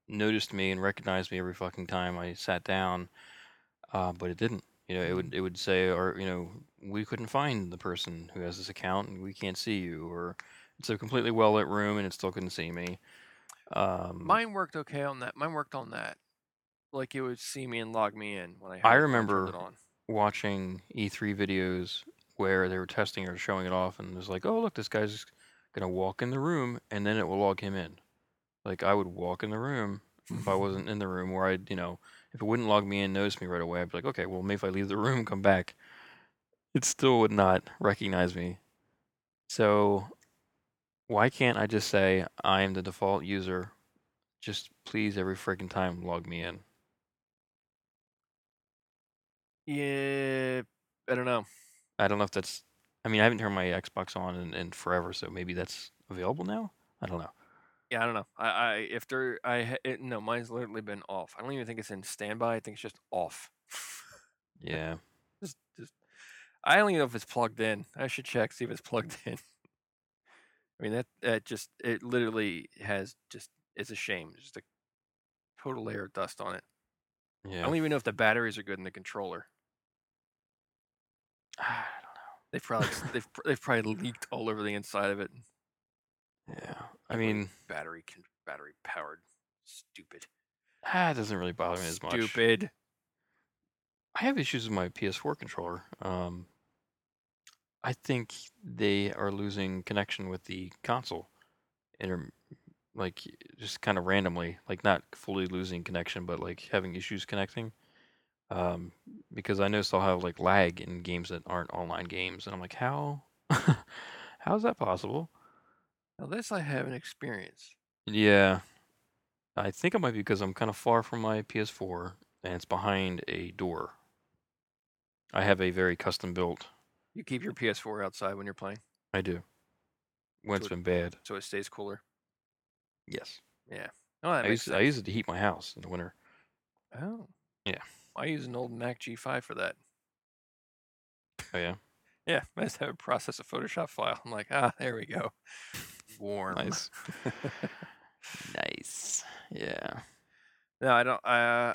Speaker 2: noticed me and recognized me every fucking time I sat down. Uh but it didn't. You know, it would it would say or you know, we couldn't find the person who has this account and we can't see you or it's a completely well lit room and it still couldn't see me. Um
Speaker 1: Mine worked okay on that. Mine worked on that. Like it would see me and log me in when I. had
Speaker 2: I
Speaker 1: it- when turned
Speaker 2: remember
Speaker 1: it on.
Speaker 2: watching E3 videos where they were testing or showing it off, and it was like, oh, look, this guy's gonna walk in the room, and then it will log him in. Like I would walk in the room if I wasn't in the room, or I'd, you know, if it wouldn't log me in, notice me right away. I'd be like, okay, well, maybe if I leave the room, come back, it still would not recognize me. So why can't I just say I am the default user? Just please, every freaking time, log me in.
Speaker 1: Yeah, I don't know.
Speaker 2: I don't know if that's. I mean, I haven't turned my Xbox on in, in forever, so maybe that's available now. I don't know.
Speaker 1: Yeah, I don't know. I, I if there, I ha- it, no, mine's literally been off. I don't even think it's in standby. I think it's just off.
Speaker 2: Yeah.
Speaker 1: just, just I don't even know if it's plugged in. I should check see if it's plugged in. I mean that that just it literally has just it's a shame. It's just a total layer of dust on it. I
Speaker 2: Yeah.
Speaker 1: don't even know if the batteries are good in the controller.
Speaker 2: I
Speaker 1: They've probably s- they've pr- they've probably leaked all over the inside of it.
Speaker 2: don't know. Yeah. I mean,
Speaker 1: Battery can battery powered. Stupid.
Speaker 2: ah, it doesn't really bother me as much.
Speaker 1: Stupid.
Speaker 2: I have issues with my PS4 controller. Um, I think they are losing connection with the console, inter- like just kind of randomly, like not fully losing connection, but like having issues connecting. Um, because I noticed I'll have like lag in games that aren't online games, and I'm like, how, how is that possible?
Speaker 1: Now this I haven't experienced.
Speaker 2: Yeah, I think it might be because I'm kind of far from my PS4 and it's behind a door. I have a very custom built.
Speaker 1: You keep your PS4 outside when you're playing,
Speaker 2: I do. When it's
Speaker 1: So-
Speaker 2: been bad.
Speaker 1: so it stays cooler.
Speaker 2: Yes.
Speaker 1: Oh, that
Speaker 2: I
Speaker 1: makes
Speaker 2: use, I
Speaker 1: sense.
Speaker 2: use it to heat my house in the winter.
Speaker 1: Oh.
Speaker 2: Yeah.
Speaker 1: I use an old Mac G5 for that.
Speaker 2: Oh, yeah.
Speaker 1: Yeah, I just have it process a Photoshop file. I'm like, ah, there we go. Warm.
Speaker 2: Nice. nice. Yeah.
Speaker 1: No, I don't. Uh,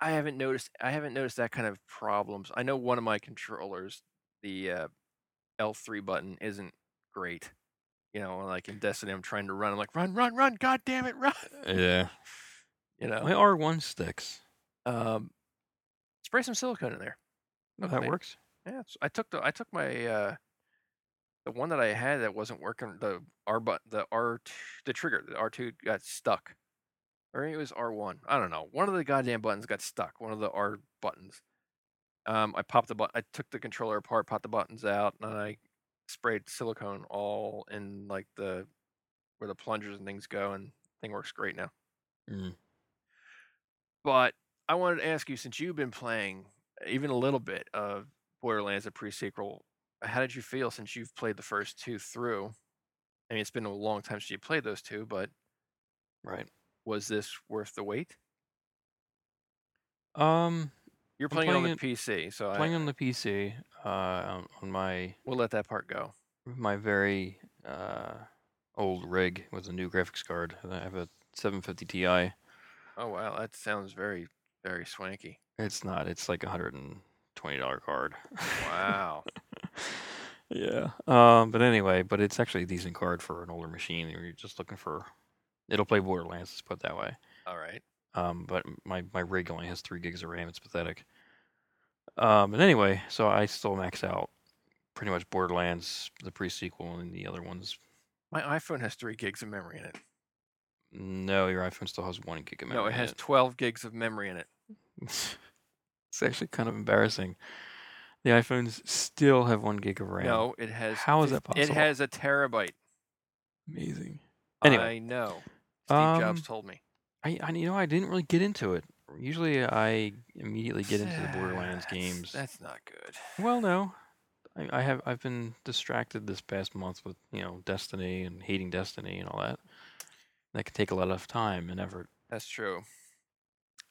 Speaker 1: I haven't noticed. I haven't noticed that kind of problems. I know one of my controllers, the uh, L3 button, isn't great. You know, like in Destiny, I'm trying to run. I'm like, run, run, run! God damn it, run!
Speaker 2: Yeah.
Speaker 1: You know,
Speaker 2: My R1 sticks.
Speaker 1: um, spray some silicone in there.
Speaker 2: Oh,
Speaker 1: Okay.
Speaker 2: that works.
Speaker 1: Yeah, so I took the I took my uh the one that I had that wasn't working. The R but the R t- the trigger the R two got stuck, or maybe it was R one. I don't know. One of the goddamn buttons got stuck. One of the R buttons. Um, I popped the but I took the controller apart, popped the buttons out, and I sprayed silicone all in like the where the plungers and things go, and thing works great now.
Speaker 2: Mm.
Speaker 1: But I wanted to ask you, since you've been playing even a little bit of Borderlands, a pre-sequel, how did you feel since you've played the first two through? I mean, it's been a long time since you played those two, but
Speaker 2: Right.
Speaker 1: was this worth the wait?
Speaker 2: Um,
Speaker 1: You're
Speaker 2: I'm
Speaker 1: playing, it on the
Speaker 2: playing
Speaker 1: PC, so
Speaker 2: playing
Speaker 1: I,
Speaker 2: on the PC, uh, on, on my
Speaker 1: we'll let that part go.
Speaker 2: my very uh old rig with a new graphics card. I have a 750 Ti.
Speaker 1: Oh wow, that sounds very, very swanky.
Speaker 2: It's not. It's like a hundred and twenty dollar card.
Speaker 1: Wow.
Speaker 2: yeah. Um. But anyway, but it's actually a decent card for an older machine. and You're just looking for. It'll play Borderlands. Let's put it that way.
Speaker 1: All right.
Speaker 2: Um. But m- my my rig only has three gigs of RAM. It's pathetic. Um. But anyway, so I still max out pretty much Borderlands, the pre-sequel, and the other ones.
Speaker 1: My iPhone has three gigs of memory in it.
Speaker 2: No, your iPhone still has one gig of memory.
Speaker 1: no, it
Speaker 2: in
Speaker 1: has 12 gigs of memory in it.
Speaker 2: it's actually kind of embarrassing. The iPhones still have one gig of RAM.
Speaker 1: No, it has.
Speaker 2: How is that
Speaker 1: fif- It
Speaker 2: possible?
Speaker 1: has a terabyte.
Speaker 2: Amazing. Anyway.
Speaker 1: I know. Steve Jobs
Speaker 2: Um,
Speaker 1: told me.
Speaker 2: I, I you know I didn't really get into it. Usually I immediately get into the Borderlands
Speaker 1: That's-
Speaker 2: games.
Speaker 1: That's not good.
Speaker 2: Well, no, I, I have I've been distracted this past month with you know Destiny and hating Destiny and all that. That can take a lot of time and effort.
Speaker 1: That's true.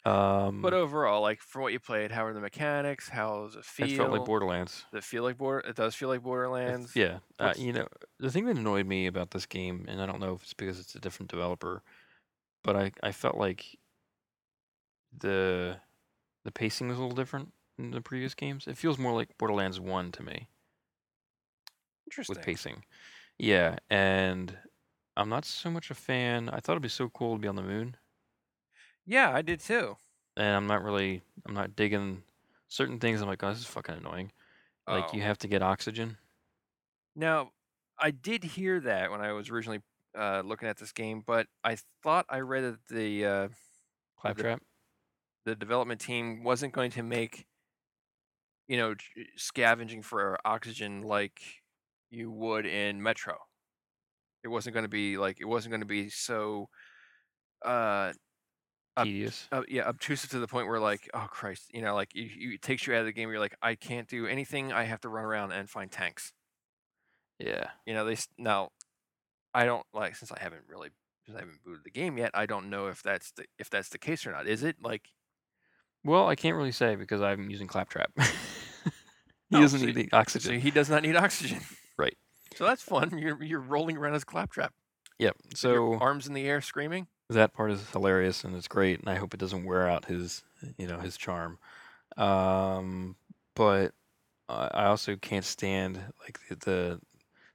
Speaker 2: Um,
Speaker 1: But overall, like for what you played, how are the mechanics? How does it feel?
Speaker 2: it felt like Borderlands.
Speaker 1: does it feel like border? It does feel like Borderlands.
Speaker 2: It's, yeah, uh,
Speaker 1: what's-
Speaker 2: you know the thing that annoyed me about this game, and I don't know if it's because it's a different developer, but I I felt like the the pacing was a little different than the previous games. It feels more like Borderlands One to me.
Speaker 1: Interesting.
Speaker 2: with pacing. Yeah, and I'm not so much a fan. I thought it'd be so cool to be on the moon,
Speaker 1: Yeah, I did too.
Speaker 2: and I'm not really. I'm not digging certain things. I'm like, oh, this is fucking annoying. Like you
Speaker 1: Oh.
Speaker 2: have to get oxygen.
Speaker 1: Now, I did hear that when I was originally uh, looking at this game, but I thought I read that the uh, the,
Speaker 2: Claptrap.
Speaker 1: the development team wasn't going to make you know j- eh, scavenging for oxygen like you would in Metro. It wasn't going to be like it wasn't going to be so uh, up-
Speaker 2: Tedious.
Speaker 1: uh, yeah, obtrusive to the point where like, oh Christ, you know, like you, you, it takes you out of the game. Where you're like, I can't do anything. I have to run around and find tanks.
Speaker 2: Yeah.
Speaker 1: You know, they s- now. I don't like since I haven't really since I haven't booted the game yet. I don't know if that's the if that's the case or not. Is it like
Speaker 2: Well, I can't really say because I'm using Claptrap. He
Speaker 1: Oh,
Speaker 2: doesn't
Speaker 1: so
Speaker 2: need
Speaker 1: y-
Speaker 2: the oxygen.
Speaker 1: So he does not need oxygen.
Speaker 2: Right.
Speaker 1: So that's fun. You're you're rolling around as claptrap.
Speaker 2: yep.
Speaker 1: with your
Speaker 2: So
Speaker 1: arms in the air, screaming.
Speaker 2: that part is hilarious and it's great, and I hope it doesn't wear out his, you know, his charm. Um, but I I also can't stand like the, the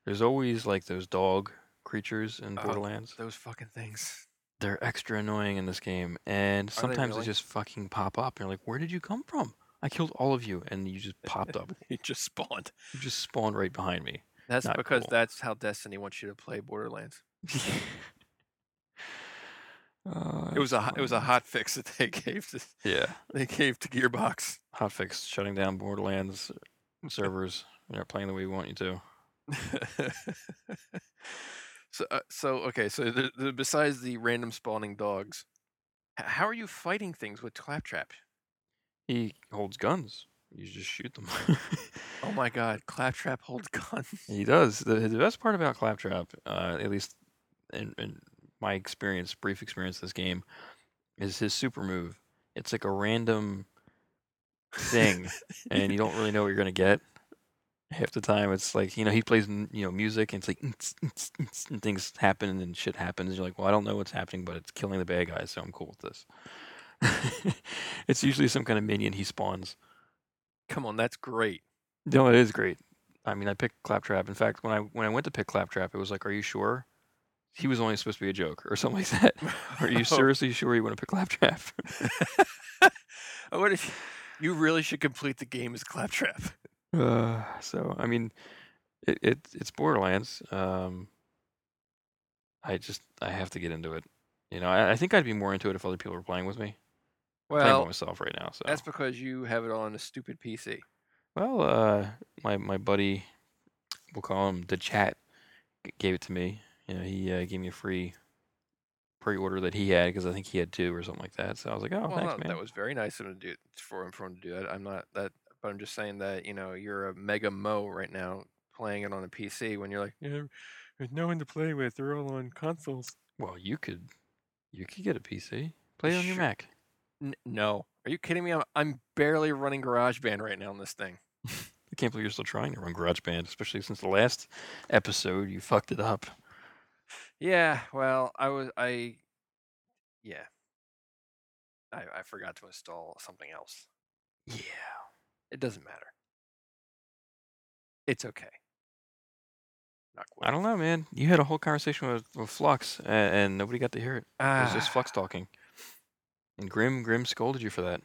Speaker 2: there's always like those dog creatures in
Speaker 1: Oh,
Speaker 2: Borderlands.
Speaker 1: Those fucking things.
Speaker 2: They're extra annoying in this game, and sometimes they
Speaker 1: really?
Speaker 2: just fucking pop up, and you're like, "Where did you come from? I killed all of you, and you just popped up.
Speaker 1: He just spawned.
Speaker 2: You just spawned right behind me."
Speaker 1: That's
Speaker 2: Not
Speaker 1: because
Speaker 2: cool.
Speaker 1: that's how Destiny wants you to play Borderlands.
Speaker 2: Uh,
Speaker 1: It was a it was a
Speaker 2: Borderlands.
Speaker 1: hot fix that they gave to
Speaker 2: yeah
Speaker 1: they gave to Gearbox.
Speaker 2: hotfix shutting down Borderlands servers. They're not playing the way we want you to.
Speaker 1: so uh, so okay so the, the, besides the random spawning dogs, h- how are you fighting things with claptrap?
Speaker 2: He holds guns. You just shoot them.
Speaker 1: Oh my god, claptrap holds guns.
Speaker 2: he does. The, the best part about Claptrap, uh, at least in, in my experience, brief experience, of this game, is his super move. It's like a random thing, and you don't really know what you're gonna get. Half the time, it's like you know he plays m- you know music, and it's like and things happen and shit happens. you're like, well, I don't know what's happening, but it's killing the bad guys, so I'm cool with this. it's usually some kind of minion he spawns.
Speaker 1: Come on, that's great.
Speaker 2: No, it is great. I mean, I picked Claptrap. In fact, when I when I went to pick Claptrap, it was like, "Are you sure?" He was only supposed to be a joke or something like that. Are you seriously sure you want to pick Claptrap?
Speaker 1: I wonder if you really should complete the game as claptrap.
Speaker 2: Uh, so I mean, it, it it's Borderlands. Um, I just I have to get into it. You know, I, I think I'd be more into it if other people were playing with me. I'm playing by
Speaker 1: Well,
Speaker 2: myself right now. So
Speaker 1: that's because you have it on a stupid PC.
Speaker 2: well, uh, my my buddy, we'll call him the chat, g- gave it to me. You know, he uh, gave me a free pre-order that he had because I think he had two or something like that. So I was like, oh,
Speaker 1: well,
Speaker 2: thanks,
Speaker 1: no,
Speaker 2: man.
Speaker 1: that was very nice of him to do for him for him to do that. I'm not that, but I'm just saying that you know you're a mega mo right now playing it on a PC when you're like, yeah, there's no one to play with. They're all on consoles.
Speaker 2: well, you could you could get a PC, play it on your
Speaker 1: Sure.
Speaker 2: Mac.
Speaker 1: N- no, are you kidding me? I'm, I'm barely running GarageBand right now on this thing.
Speaker 2: I can't believe you're still trying to run GarageBand, especially since the last episode you fucked it up.
Speaker 1: Yeah, well, I was I, yeah, I I forgot to install something else.
Speaker 2: Yeah.
Speaker 1: It doesn't matter. It's okay. Not quite.
Speaker 2: I don't know, man. You had a whole conversation with, with Flux, and, and nobody got to hear it. It was
Speaker 1: Ah.
Speaker 2: just Flux talking. And Grim Grim scolded you for that.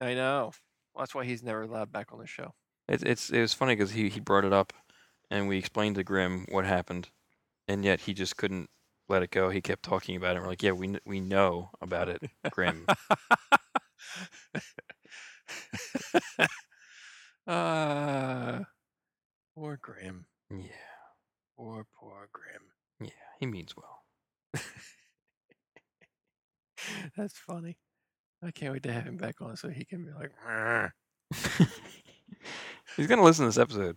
Speaker 1: I know. Well, that's why he's never allowed back on the show.
Speaker 2: It, it's it was funny because he, he brought it up, and we explained to Grim what happened, and yet he just couldn't let it go. He kept talking about it. And we're like, yeah, we kn- we know about it, Grim.
Speaker 1: uh, poor Grim.
Speaker 2: yeah,
Speaker 1: Poor, poor Grim.
Speaker 2: yeah, he means well.
Speaker 1: That's funny. I can't wait to have him back on so he can be like, "Rrr."
Speaker 2: He's gonna listen to this episode.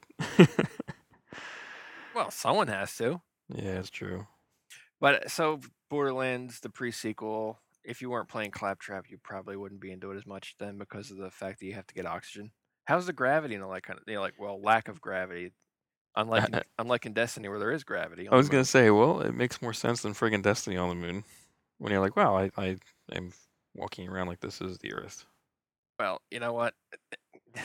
Speaker 1: well, someone has to.
Speaker 2: yeah, it's true.
Speaker 1: But uh, so Borderlands, the prequel. If you weren't playing Claptrap, you probably wouldn't be into it as much then because of the fact that you have to get oxygen. How's the gravity and all that kind of? You know, like well, lack of gravity. Unlike in, unlike in Destiny where there is gravity. on
Speaker 2: I
Speaker 1: the
Speaker 2: was
Speaker 1: moon.
Speaker 2: gonna say, well, it makes more sense than friggin' Destiny on the Moon, when you're like, wow, I I am walking around like this is the Earth.
Speaker 1: Well, you know what?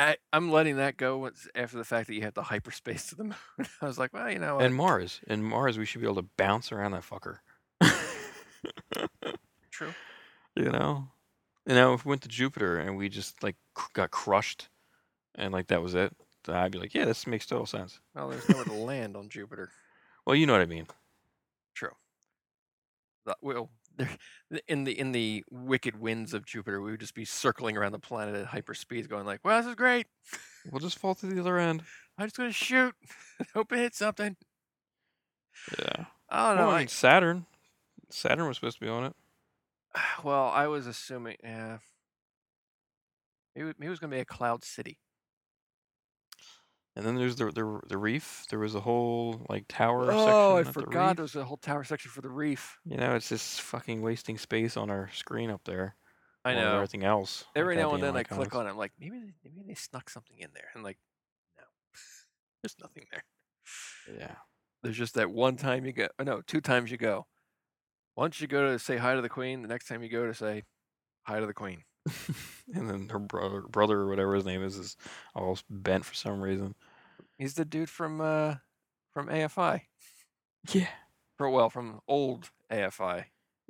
Speaker 1: I I'm letting that go once after the fact that you have to hyperspace to the moon. I was like, well, you know, what?
Speaker 2: And Mars, and Mars, we should be able to bounce around that fucker.
Speaker 1: true.
Speaker 2: you know you know if we went to jupiter and we just like cr- got crushed and like that was it then i'd be like yeah this makes total sense
Speaker 1: Well, there's nowhere to land on Jupiter.
Speaker 2: well you know what i mean
Speaker 1: True. The- well, there, the- in the in the wicked winds of Jupiter, we would just be circling around the planet at hyperspeed, going like, "Well, this is great.
Speaker 2: we'll just fall to the other end
Speaker 1: I'm just gonna shoot, hope it hits something."
Speaker 2: yeah
Speaker 1: I don't know.
Speaker 2: well, I
Speaker 1: I-
Speaker 2: mean, saturn saturn was supposed to be on it
Speaker 1: well, I was assuming, yeah, it, wa- it was gonna be a cloud city.
Speaker 2: and then there's the the, the reef there was a whole like tower
Speaker 1: oh, I
Speaker 2: section at the
Speaker 1: forgot there
Speaker 2: reef.
Speaker 1: was a whole tower section for the reef.
Speaker 2: you know it's just fucking wasting space on our screen up there
Speaker 1: I
Speaker 2: more than
Speaker 1: know.
Speaker 2: everything else. like
Speaker 1: Every
Speaker 2: that
Speaker 1: now and
Speaker 2: being
Speaker 1: then I
Speaker 2: like
Speaker 1: click
Speaker 2: honest.
Speaker 1: on it. I'm like, maybe they, maybe they snuck something in there. And like, no, there's nothing there.
Speaker 2: Yeah.
Speaker 1: There's just that one time you go. Oh, no, two times you go. Once you go to say hi to the queen, the next time you go to say hi to the queen.
Speaker 2: and then her brother, brother or whatever his name is, is all bent for some reason.
Speaker 1: He's the dude from uh from AFI.
Speaker 2: Yeah.
Speaker 1: For well, from old AFI.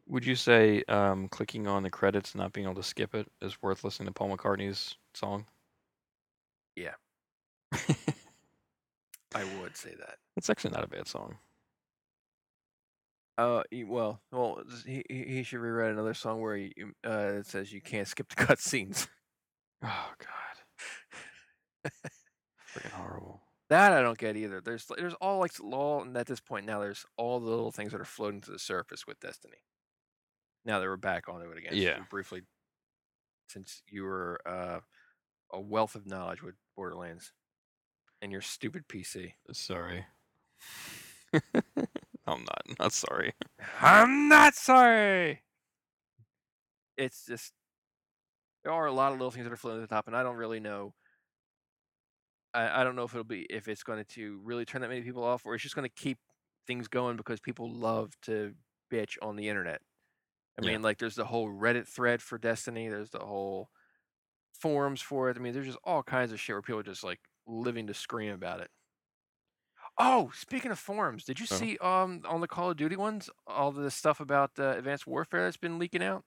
Speaker 2: Would you say um, clicking on the credits and not being able to skip it is worth listening to Paul McCartney's song?
Speaker 1: Yeah. I would say that.
Speaker 2: it's actually not a bad song.
Speaker 1: Uh, he- well, well, z- he he he should rewrite another song where he, um, uh it says you can't skip the cutscenes.
Speaker 2: Oh God. Freaking horrible.
Speaker 1: That I don't get either. There's there's all like law, and at this point now there's all the little things that are floating to the surface with Destiny. Now that we're back onto it again, just
Speaker 2: Yeah.
Speaker 1: to briefly, since you were uh, a wealth of knowledge with Borderlands and your stupid PC.
Speaker 2: Sorry. I'm not. Not sorry.
Speaker 1: I'm not sorry. It's just there are a lot of little things that are floating to the top, and I don't really know. I, I don't know if it'll be if it's going to really turn that many people off, or it's just going to keep things going because people love to bitch on the internet. I
Speaker 2: Yeah.
Speaker 1: mean, like there's the whole Reddit thread for Destiny. There's the whole forums for it. I mean, there's just all kinds of shit where people are just like living to scream about it. Oh, speaking of forums, did you
Speaker 2: Oh.
Speaker 1: see um on the Call of Duty ones all the stuff about uh, Advanced Warfare that's been leaking out?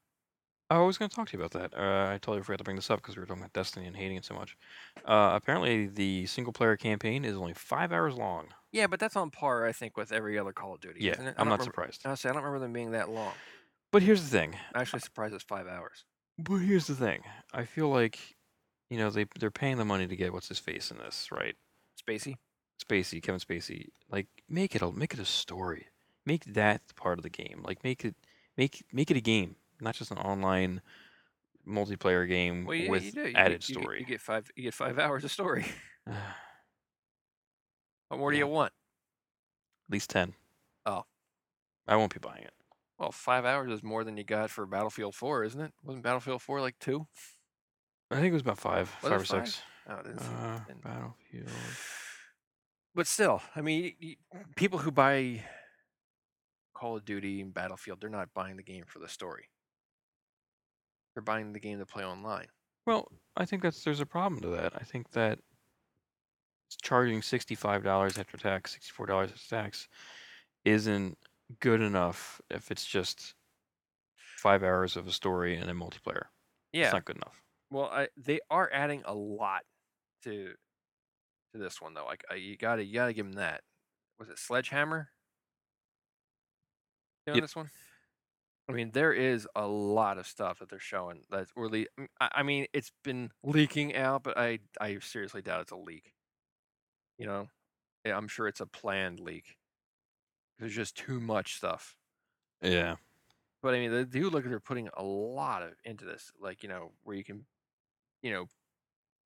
Speaker 2: I was going to talk to you about that. Uh, I totally forgot to bring this up because we were talking about Destiny and hating it so much. Uh, apparently, the single-player campaign is only five hours long.
Speaker 1: Yeah, but that's on par, I think, with every other Call of Duty.
Speaker 2: Yeah,
Speaker 1: isn't it? I
Speaker 2: I'm
Speaker 1: don't
Speaker 2: not
Speaker 1: remember,
Speaker 2: surprised.
Speaker 1: honestly, I don't remember them being that long.
Speaker 2: uh, But here's the thing.
Speaker 1: I'm actually surprised it's five hours.
Speaker 2: But here's the thing. I feel like, you know, they they're paying the money to get what's his face in this, right?
Speaker 1: Spacey.
Speaker 2: Spacey, Kevin Spacey. Like, make it a make it a story. Make that part of the game. Like, make it make make it a game, not just an online multiplayer game
Speaker 1: Well, yeah,
Speaker 2: with
Speaker 1: you do. You get-
Speaker 2: added
Speaker 1: you get-
Speaker 2: story.
Speaker 1: You, get five. You get five hours of story. What more do
Speaker 2: Yeah.
Speaker 1: you want?
Speaker 2: At least ten.
Speaker 1: Oh.
Speaker 2: I won't be buying it.
Speaker 1: Well, five hours is more than you got for Battlefield Four, isn't it? Wasn't Battlefield Four like two?
Speaker 2: I think it was about five,
Speaker 1: Was
Speaker 2: five
Speaker 1: it
Speaker 2: or
Speaker 1: five?
Speaker 2: six.
Speaker 1: Oh, it is.
Speaker 2: Uh,
Speaker 1: then-
Speaker 2: Battlefield.
Speaker 1: But still, I mean, y- y- people who buy Call of Duty and Battlefield, they're not buying the game for the story. They're buying the game to play online.
Speaker 2: Well, I think that's there's a problem to that. I think that s- charging sixty five dollars after tax, sixty four dollars after tax, isn't good enough if it's just five hours of a story and a multiplayer.
Speaker 1: Yeah.
Speaker 2: it's not good enough.
Speaker 1: well, I, they are adding a lot to to this one though. Like I, you got to you got to give them that. Was it Sledgehammer? Doing
Speaker 2: Yep.
Speaker 1: this one? I mean, there is a lot of stuff that they're showing that's or le- m- I I mean, it's been leaking out, but I I seriously doubt it's a leak. You know, Yeah, I'm sure it's a planned leak. There's just too much stuff.
Speaker 2: Yeah,
Speaker 1: But I mean, they do look like they're putting a lot of into this, like you know, where you can, you know,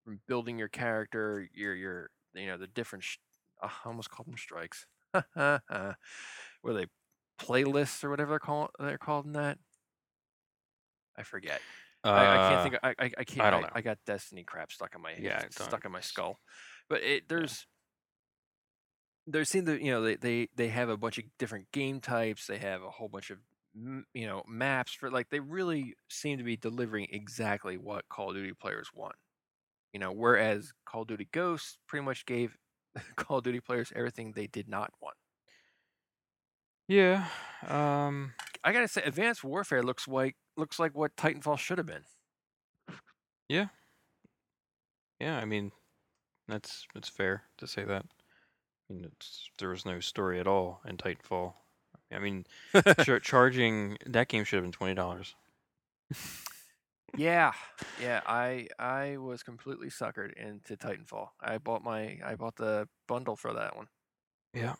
Speaker 1: from building your character, your your you know the different. Sh- uh, I almost called them strikes. where they playlists or whatever they're called they're called in that. I forget. I, I can't think. Of, I, I I can't.
Speaker 2: Uh, I don't know.
Speaker 1: I, got Destiny crap stuck in my head.
Speaker 2: Yeah,
Speaker 1: Yeah,
Speaker 2: I
Speaker 1: stuck
Speaker 2: don't-
Speaker 1: in my skull. But it there's there seem to you know they they they have a bunch of different game types. They have a whole bunch of m- you know maps for like they really seem to be delivering exactly what Call of Duty players want. You know, whereas Call of Duty Ghosts pretty much gave Call of Duty players everything they did not want.
Speaker 2: Yeah, um,
Speaker 1: I gotta say, Advanced Warfare looks like looks like what Titanfall should have been.
Speaker 2: yeah. I mean, that's that's fair to say that. I mean, it's, there was no story at all in Titanfall. I mean, char- charging that game should have been twenty dollars.
Speaker 1: yeah yeah i i was completely suckered into titanfall i bought my i bought the bundle for that one
Speaker 2: Yeah.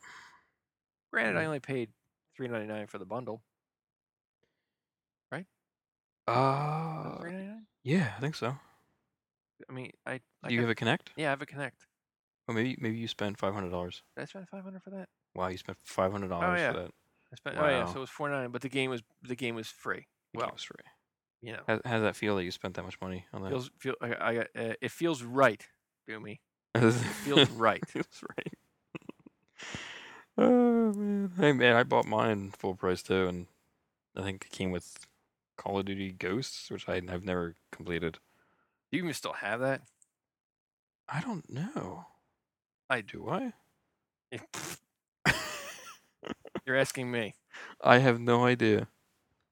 Speaker 1: granted i
Speaker 2: Mm.
Speaker 1: only paid 3.99 for the bundle Was it
Speaker 2: Uh,
Speaker 1: 3.99?
Speaker 2: yeah, I think so.
Speaker 1: i mean i
Speaker 2: Do you have a Connect?
Speaker 1: yeah i have a connect
Speaker 2: Well, maybe maybe you spent five hundred dollars.
Speaker 1: did i spend 500 for that
Speaker 2: Wow, you spent five hundred dollars
Speaker 1: yeah.
Speaker 2: for that.
Speaker 1: i spent oh yeah
Speaker 2: Wow.
Speaker 1: so it was 4.99 but the game was the game was free
Speaker 2: The game
Speaker 1: well
Speaker 2: was free.
Speaker 1: You know,
Speaker 2: How, how does that feel that you spent that much money on that?
Speaker 1: feels feel I, I got- uh, it feels right, Doomy.
Speaker 2: it
Speaker 1: Feels right.
Speaker 2: feels right. oh man! Hey man, I bought mine full price too, and I think it came with Call of Duty Ghosts, which I have never completed.
Speaker 1: Do you even still have that?
Speaker 2: I don't know.
Speaker 1: I-
Speaker 2: do I?
Speaker 1: You're asking me.
Speaker 2: I have no idea.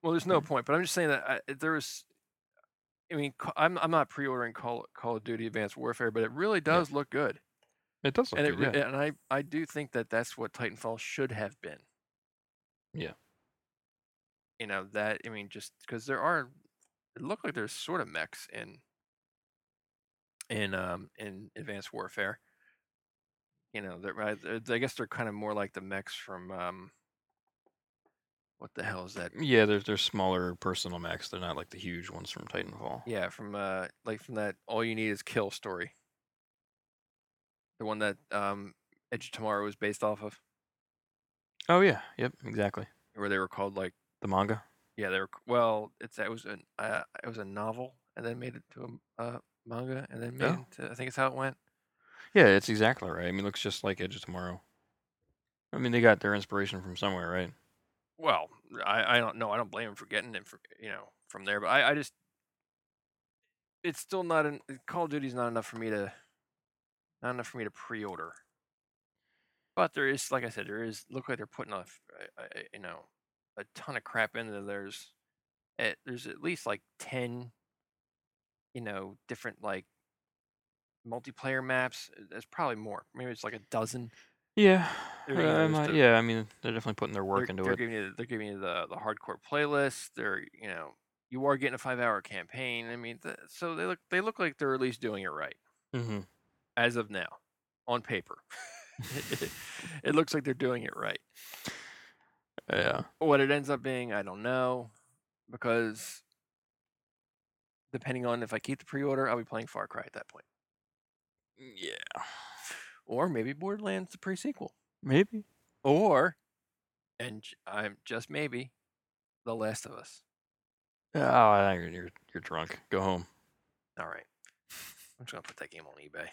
Speaker 1: Well, there's
Speaker 2: Mm-hmm.
Speaker 1: no point. But I'm just saying that I, there was. I mean, Ca- I'm I'm not pre-ordering Call Call of Duty Advanced Warfare, but it really does look good,
Speaker 2: It does look
Speaker 1: and it
Speaker 2: good,
Speaker 1: re-
Speaker 2: yeah.
Speaker 1: and I I do think that that's what Titanfall should have been.
Speaker 2: Yeah.
Speaker 1: You know that I mean, just because there are, it look like there's sort of mechs in. In um in Advanced Warfare, you know, they're, I, I guess they're kind of more like the mechs from um. What the hell is that
Speaker 2: Yeah, they're they're smaller personal mechs. They're not like the huge ones from Titanfall.
Speaker 1: Yeah, from uh like from that all you need is kill story. The one that um Edge of Tomorrow was based off of,
Speaker 2: Oh yeah, yep, exactly.
Speaker 1: where they were called like
Speaker 2: The manga.
Speaker 1: yeah they were c- well it's that was an uh, it was a novel and then made it to a m- uh, manga and then made
Speaker 2: Oh.
Speaker 1: it to, I think it's how it went.
Speaker 2: Yeah, it's exactly right. I mean, it looks just like Edge of Tomorrow. I mean, they got their inspiration from somewhere, right?
Speaker 1: Well, I I don't know I don't blame him for getting it from you know from there, but I I just it's still not an Call of Duty's not enough for me to not enough for me to pre-order. But there is, like I said, there is look like they're putting a, f- a- a- a- you know, a ton of crap in there. There's, at, there's at least like ten, you know, different like multiplayer maps. Uh, There's probably more. Maybe it's like a dozen.
Speaker 2: Yeah.
Speaker 1: They're gonna
Speaker 2: uh,
Speaker 1: use
Speaker 2: might-
Speaker 1: the-
Speaker 2: yeah, I mean, they're definitely putting their work
Speaker 1: they're,
Speaker 2: into
Speaker 1: they're
Speaker 2: it.
Speaker 1: Giving you, they're giving you the the hardcore playlist. They're, you know, you are getting a five hour campaign. I mean, th- so they look they look like they're at least doing it right.
Speaker 2: hmm
Speaker 1: as of now on paper. it looks like they're doing it right.
Speaker 2: Yeah.
Speaker 1: What it ends up being, I don't know, because depending on if I keep the pre-order, I'll be playing Far Cry at that point,
Speaker 2: Yeah.
Speaker 1: or maybe Borderlands the pre-sequel,
Speaker 2: Maybe.
Speaker 1: or and j- I'm just maybe The Last of Us.
Speaker 2: Oh, I think you're you're drunk. Go home.
Speaker 1: All right, I'm just gonna put that game on eBay.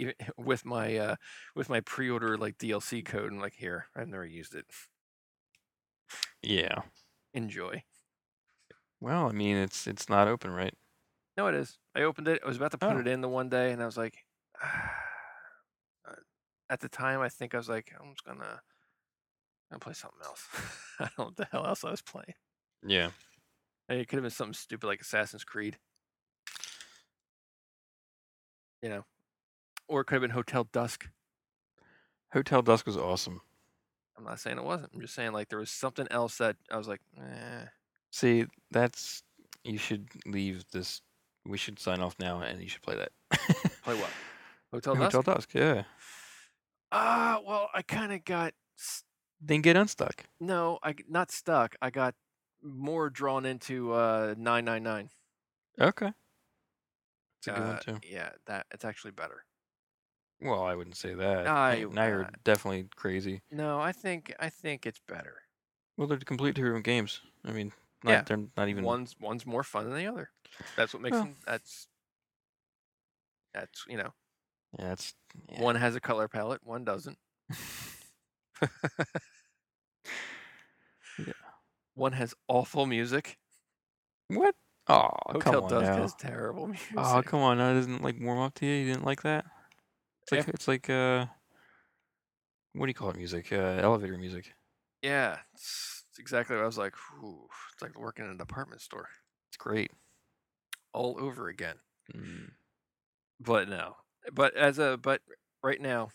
Speaker 1: Even with my uh, with my pre-order like DLC code and like here, I've never used it.
Speaker 2: Yeah.
Speaker 1: Enjoy.
Speaker 2: Well, I mean, it's it's not open, right?
Speaker 1: No, it is. I opened it. I was about to put
Speaker 2: Oh.
Speaker 1: it in the one day, and I was like, uh, at the time, I think I was like, I'm just gonna, gonna play something else. I don't know what the hell else I was playing.
Speaker 2: Yeah.
Speaker 1: Like, It could have been something stupid like Assassin's Creed, you know, or it could have been Hotel Dusk.
Speaker 2: Hotel Dusk was awesome.
Speaker 1: I'm not saying it wasn't. I'm just saying like there was something else that I was like, eh.
Speaker 2: See, that's you should leave this. We should sign off now, and you should play that.
Speaker 1: Play what? Hotel Dusk.
Speaker 2: Hotel Dusk. Yeah.
Speaker 1: Ah, well, I kind of got s-
Speaker 2: Then get unstuck.
Speaker 1: No, I g- not stuck. I got more drawn into uh 999.
Speaker 2: Okay. It's a good
Speaker 1: Uh,
Speaker 2: one too.
Speaker 1: Yeah, that it's actually better.
Speaker 2: Well, I wouldn't say that.
Speaker 1: I-
Speaker 2: Hey, now you're
Speaker 1: uh,
Speaker 2: definitely crazy.
Speaker 1: No, I think I think it's better.
Speaker 2: Well, they're complete different games. I mean, not,
Speaker 1: Yeah.
Speaker 2: they're not even.
Speaker 1: One's one's more fun than the other. That's what makes
Speaker 2: Well.
Speaker 1: them that's that's you know,
Speaker 2: Yeah, it's Yeah.
Speaker 1: one has a color palette, one doesn't.
Speaker 2: Yeah.
Speaker 1: One has awful music.
Speaker 2: what? Oh, come
Speaker 1: Hotel
Speaker 2: on
Speaker 1: Dusk
Speaker 2: now.
Speaker 1: has terrible music.
Speaker 2: Oh, come on! Now it doesn't like warm up to you. You didn't like that? It's like
Speaker 1: If-
Speaker 2: it's like uh, what do you call it? Music? Uh, elevator music.
Speaker 1: yeah, it's it's exactly what I was like. Whew, it's like working in a department store
Speaker 2: It's great.
Speaker 1: all over again. But no. But as a but right now,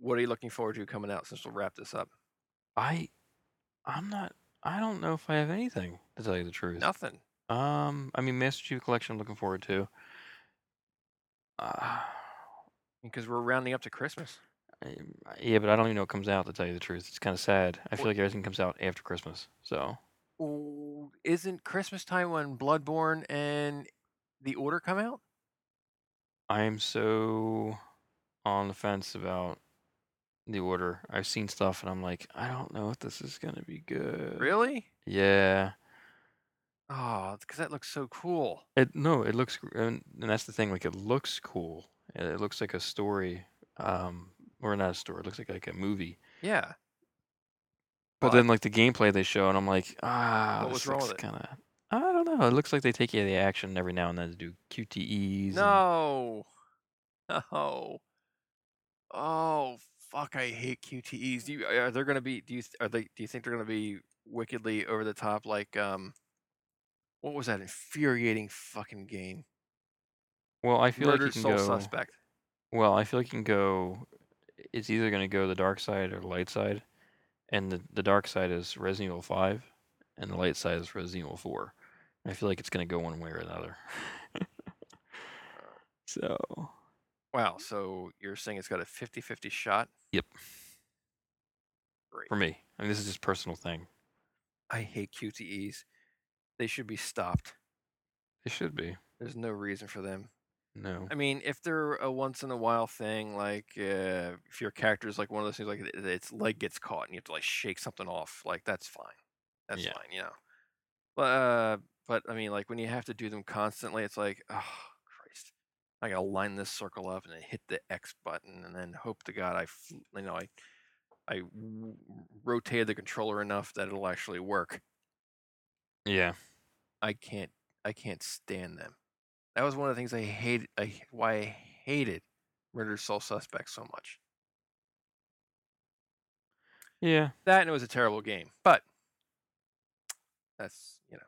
Speaker 1: what are you looking forward to coming out since we'll wrap this up?
Speaker 2: I, I'm not. I don't know if I have anything to tell you the truth.
Speaker 1: Nothing.
Speaker 2: Um, I mean, Master Chief Collection. I'm looking forward to. Uh,
Speaker 1: Because we're rounding up to Christmas.
Speaker 2: I- yeah, but I don't even know what comes out. To tell you the truth, it's kind of sad. I feel
Speaker 1: Well-
Speaker 2: like everything comes out after Christmas. So
Speaker 1: Ooh, isn't Christmas time when Bloodborne and The Order come out?
Speaker 2: I am so on the fence about the order. I've seen stuff and I'm like, I don't know if this is gonna be good.
Speaker 1: Really?
Speaker 2: Yeah.
Speaker 1: Oh, because that looks so cool.
Speaker 2: It no, it looks, gr- and, and that's the thing. Like it looks cool. and It looks like a story, um, or not a story. It looks like like a movie.
Speaker 1: Yeah, but
Speaker 2: But then like the gameplay they show, and I'm like, ah,
Speaker 1: what was
Speaker 2: this
Speaker 1: wrong with it?
Speaker 2: looks kind of. I don't know. It looks like they take you to the action every now and then to do QTEs and
Speaker 1: No, no. Oh fuck! I hate QTEs. Do you, are they going to be? Do you th- are they? Do you think they're going to be wickedly over the top? Like um, what was that infuriating fucking game?
Speaker 2: well, I feel like you
Speaker 1: Murder
Speaker 2: can
Speaker 1: Soul
Speaker 2: go.
Speaker 1: Suspect.
Speaker 2: Well, I feel like you can go. It's either going to go the dark side or light side, and the the dark side is Resident Evil Five, and the light side is Resident Evil Four. And I feel like it's going to go one way or another. so.
Speaker 1: Wow. So you're saying it's got a 50-50 shot?
Speaker 2: Yep.
Speaker 1: Great.
Speaker 2: for me. I mean, this is just personal thing.
Speaker 1: I hate QTEs. They should be stopped.
Speaker 2: It should be.
Speaker 1: There's no reason for them.
Speaker 2: No.
Speaker 1: I mean, if they're a once in a while thing, like uh, if your character is like one of those things, like it- its leg gets caught and you have to like shake something off, like that's fine. That's
Speaker 2: Yeah.
Speaker 1: fine, you know. But uh, but I mean, like when you have to do them constantly, it's like, oh Christ, I gotta line this circle up and then hit the X button and then hope to God I, fl- you know, I I w- rotated the controller enough that it'll actually work.
Speaker 2: Yeah.
Speaker 1: I can't I can't stand them. That was one of the things I hated. I h- why I hated Murder Soul Suspect so much.
Speaker 2: Yeah.
Speaker 1: That and it was a terrible game. But that's you know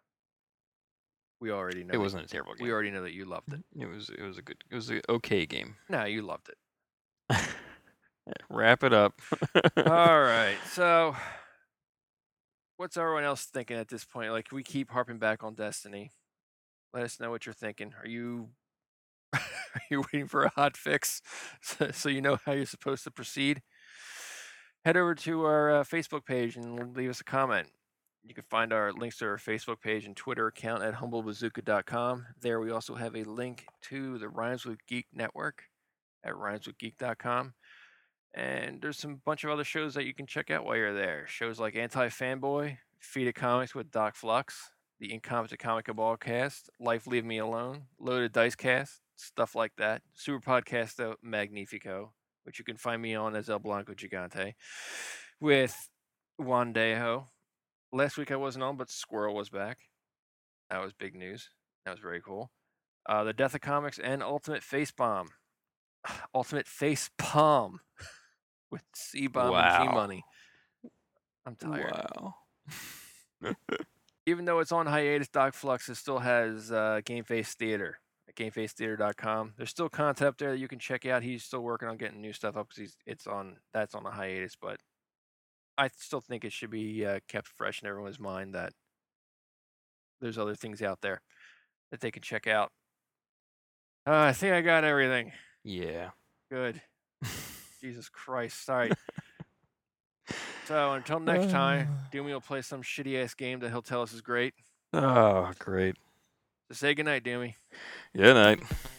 Speaker 1: we already
Speaker 2: It
Speaker 1: know that
Speaker 2: wasn't a terrible
Speaker 1: we
Speaker 2: game.
Speaker 1: already know that you loved it.
Speaker 2: It was. It was a good. It was a okay game.
Speaker 1: No, you loved it.
Speaker 2: Wrap it up.
Speaker 1: All right, so what's everyone else thinking at this point? Like we keep harping back on Destiny. Let us know what you're thinking. Are you are you waiting for a hot fix so, so you know how you're supposed to proceed? Head over to our uh, Facebook page and leave us a comment. You can find our links to our Facebook page and Twitter account at humblebazooka.com. There we also have a link to the Rhymes with Geek network at rhymeswithgeek.com. And there's some bunch of other shows that you can check out while you're there. Shows like Anti Fanboy, Feed of Comics with Doc Flux, The Incompetent Comic Cabal Cast, Life Leave Me Alone, Loaded Dice Cast, stuff like that. Super Podcasto Magnifico, which you can find me on as El Blanco Gigante, with Juan Dejo. Last week I wasn't on, but Squirrel was back. That was big news. That was very cool. Uh, the Death of Comics and Ultimate Face Bomb. Ultimate Face Palm with C Bomb and G
Speaker 2: wow.
Speaker 1: Money. I'm tired.
Speaker 2: Wow.
Speaker 1: Even though it's on hiatus, Doc Flux it still has uh, Game Face Theater at gamefacetheater.com. There's still content up there that you can check out. He's still working on getting new stuff up because it's on that's on a hiatus, but I still think it should be uh, kept fresh in everyone's mind that there's other things out there that they can check out. Uh, I think I got everything.
Speaker 2: yeah.
Speaker 1: Good. Jesus Christ. Sorry. So until next time, Doomy will play some shitty ass game that he'll tell us is great.
Speaker 2: oh, great.
Speaker 1: So say goodnight, Doomy.
Speaker 2: Yeah, night.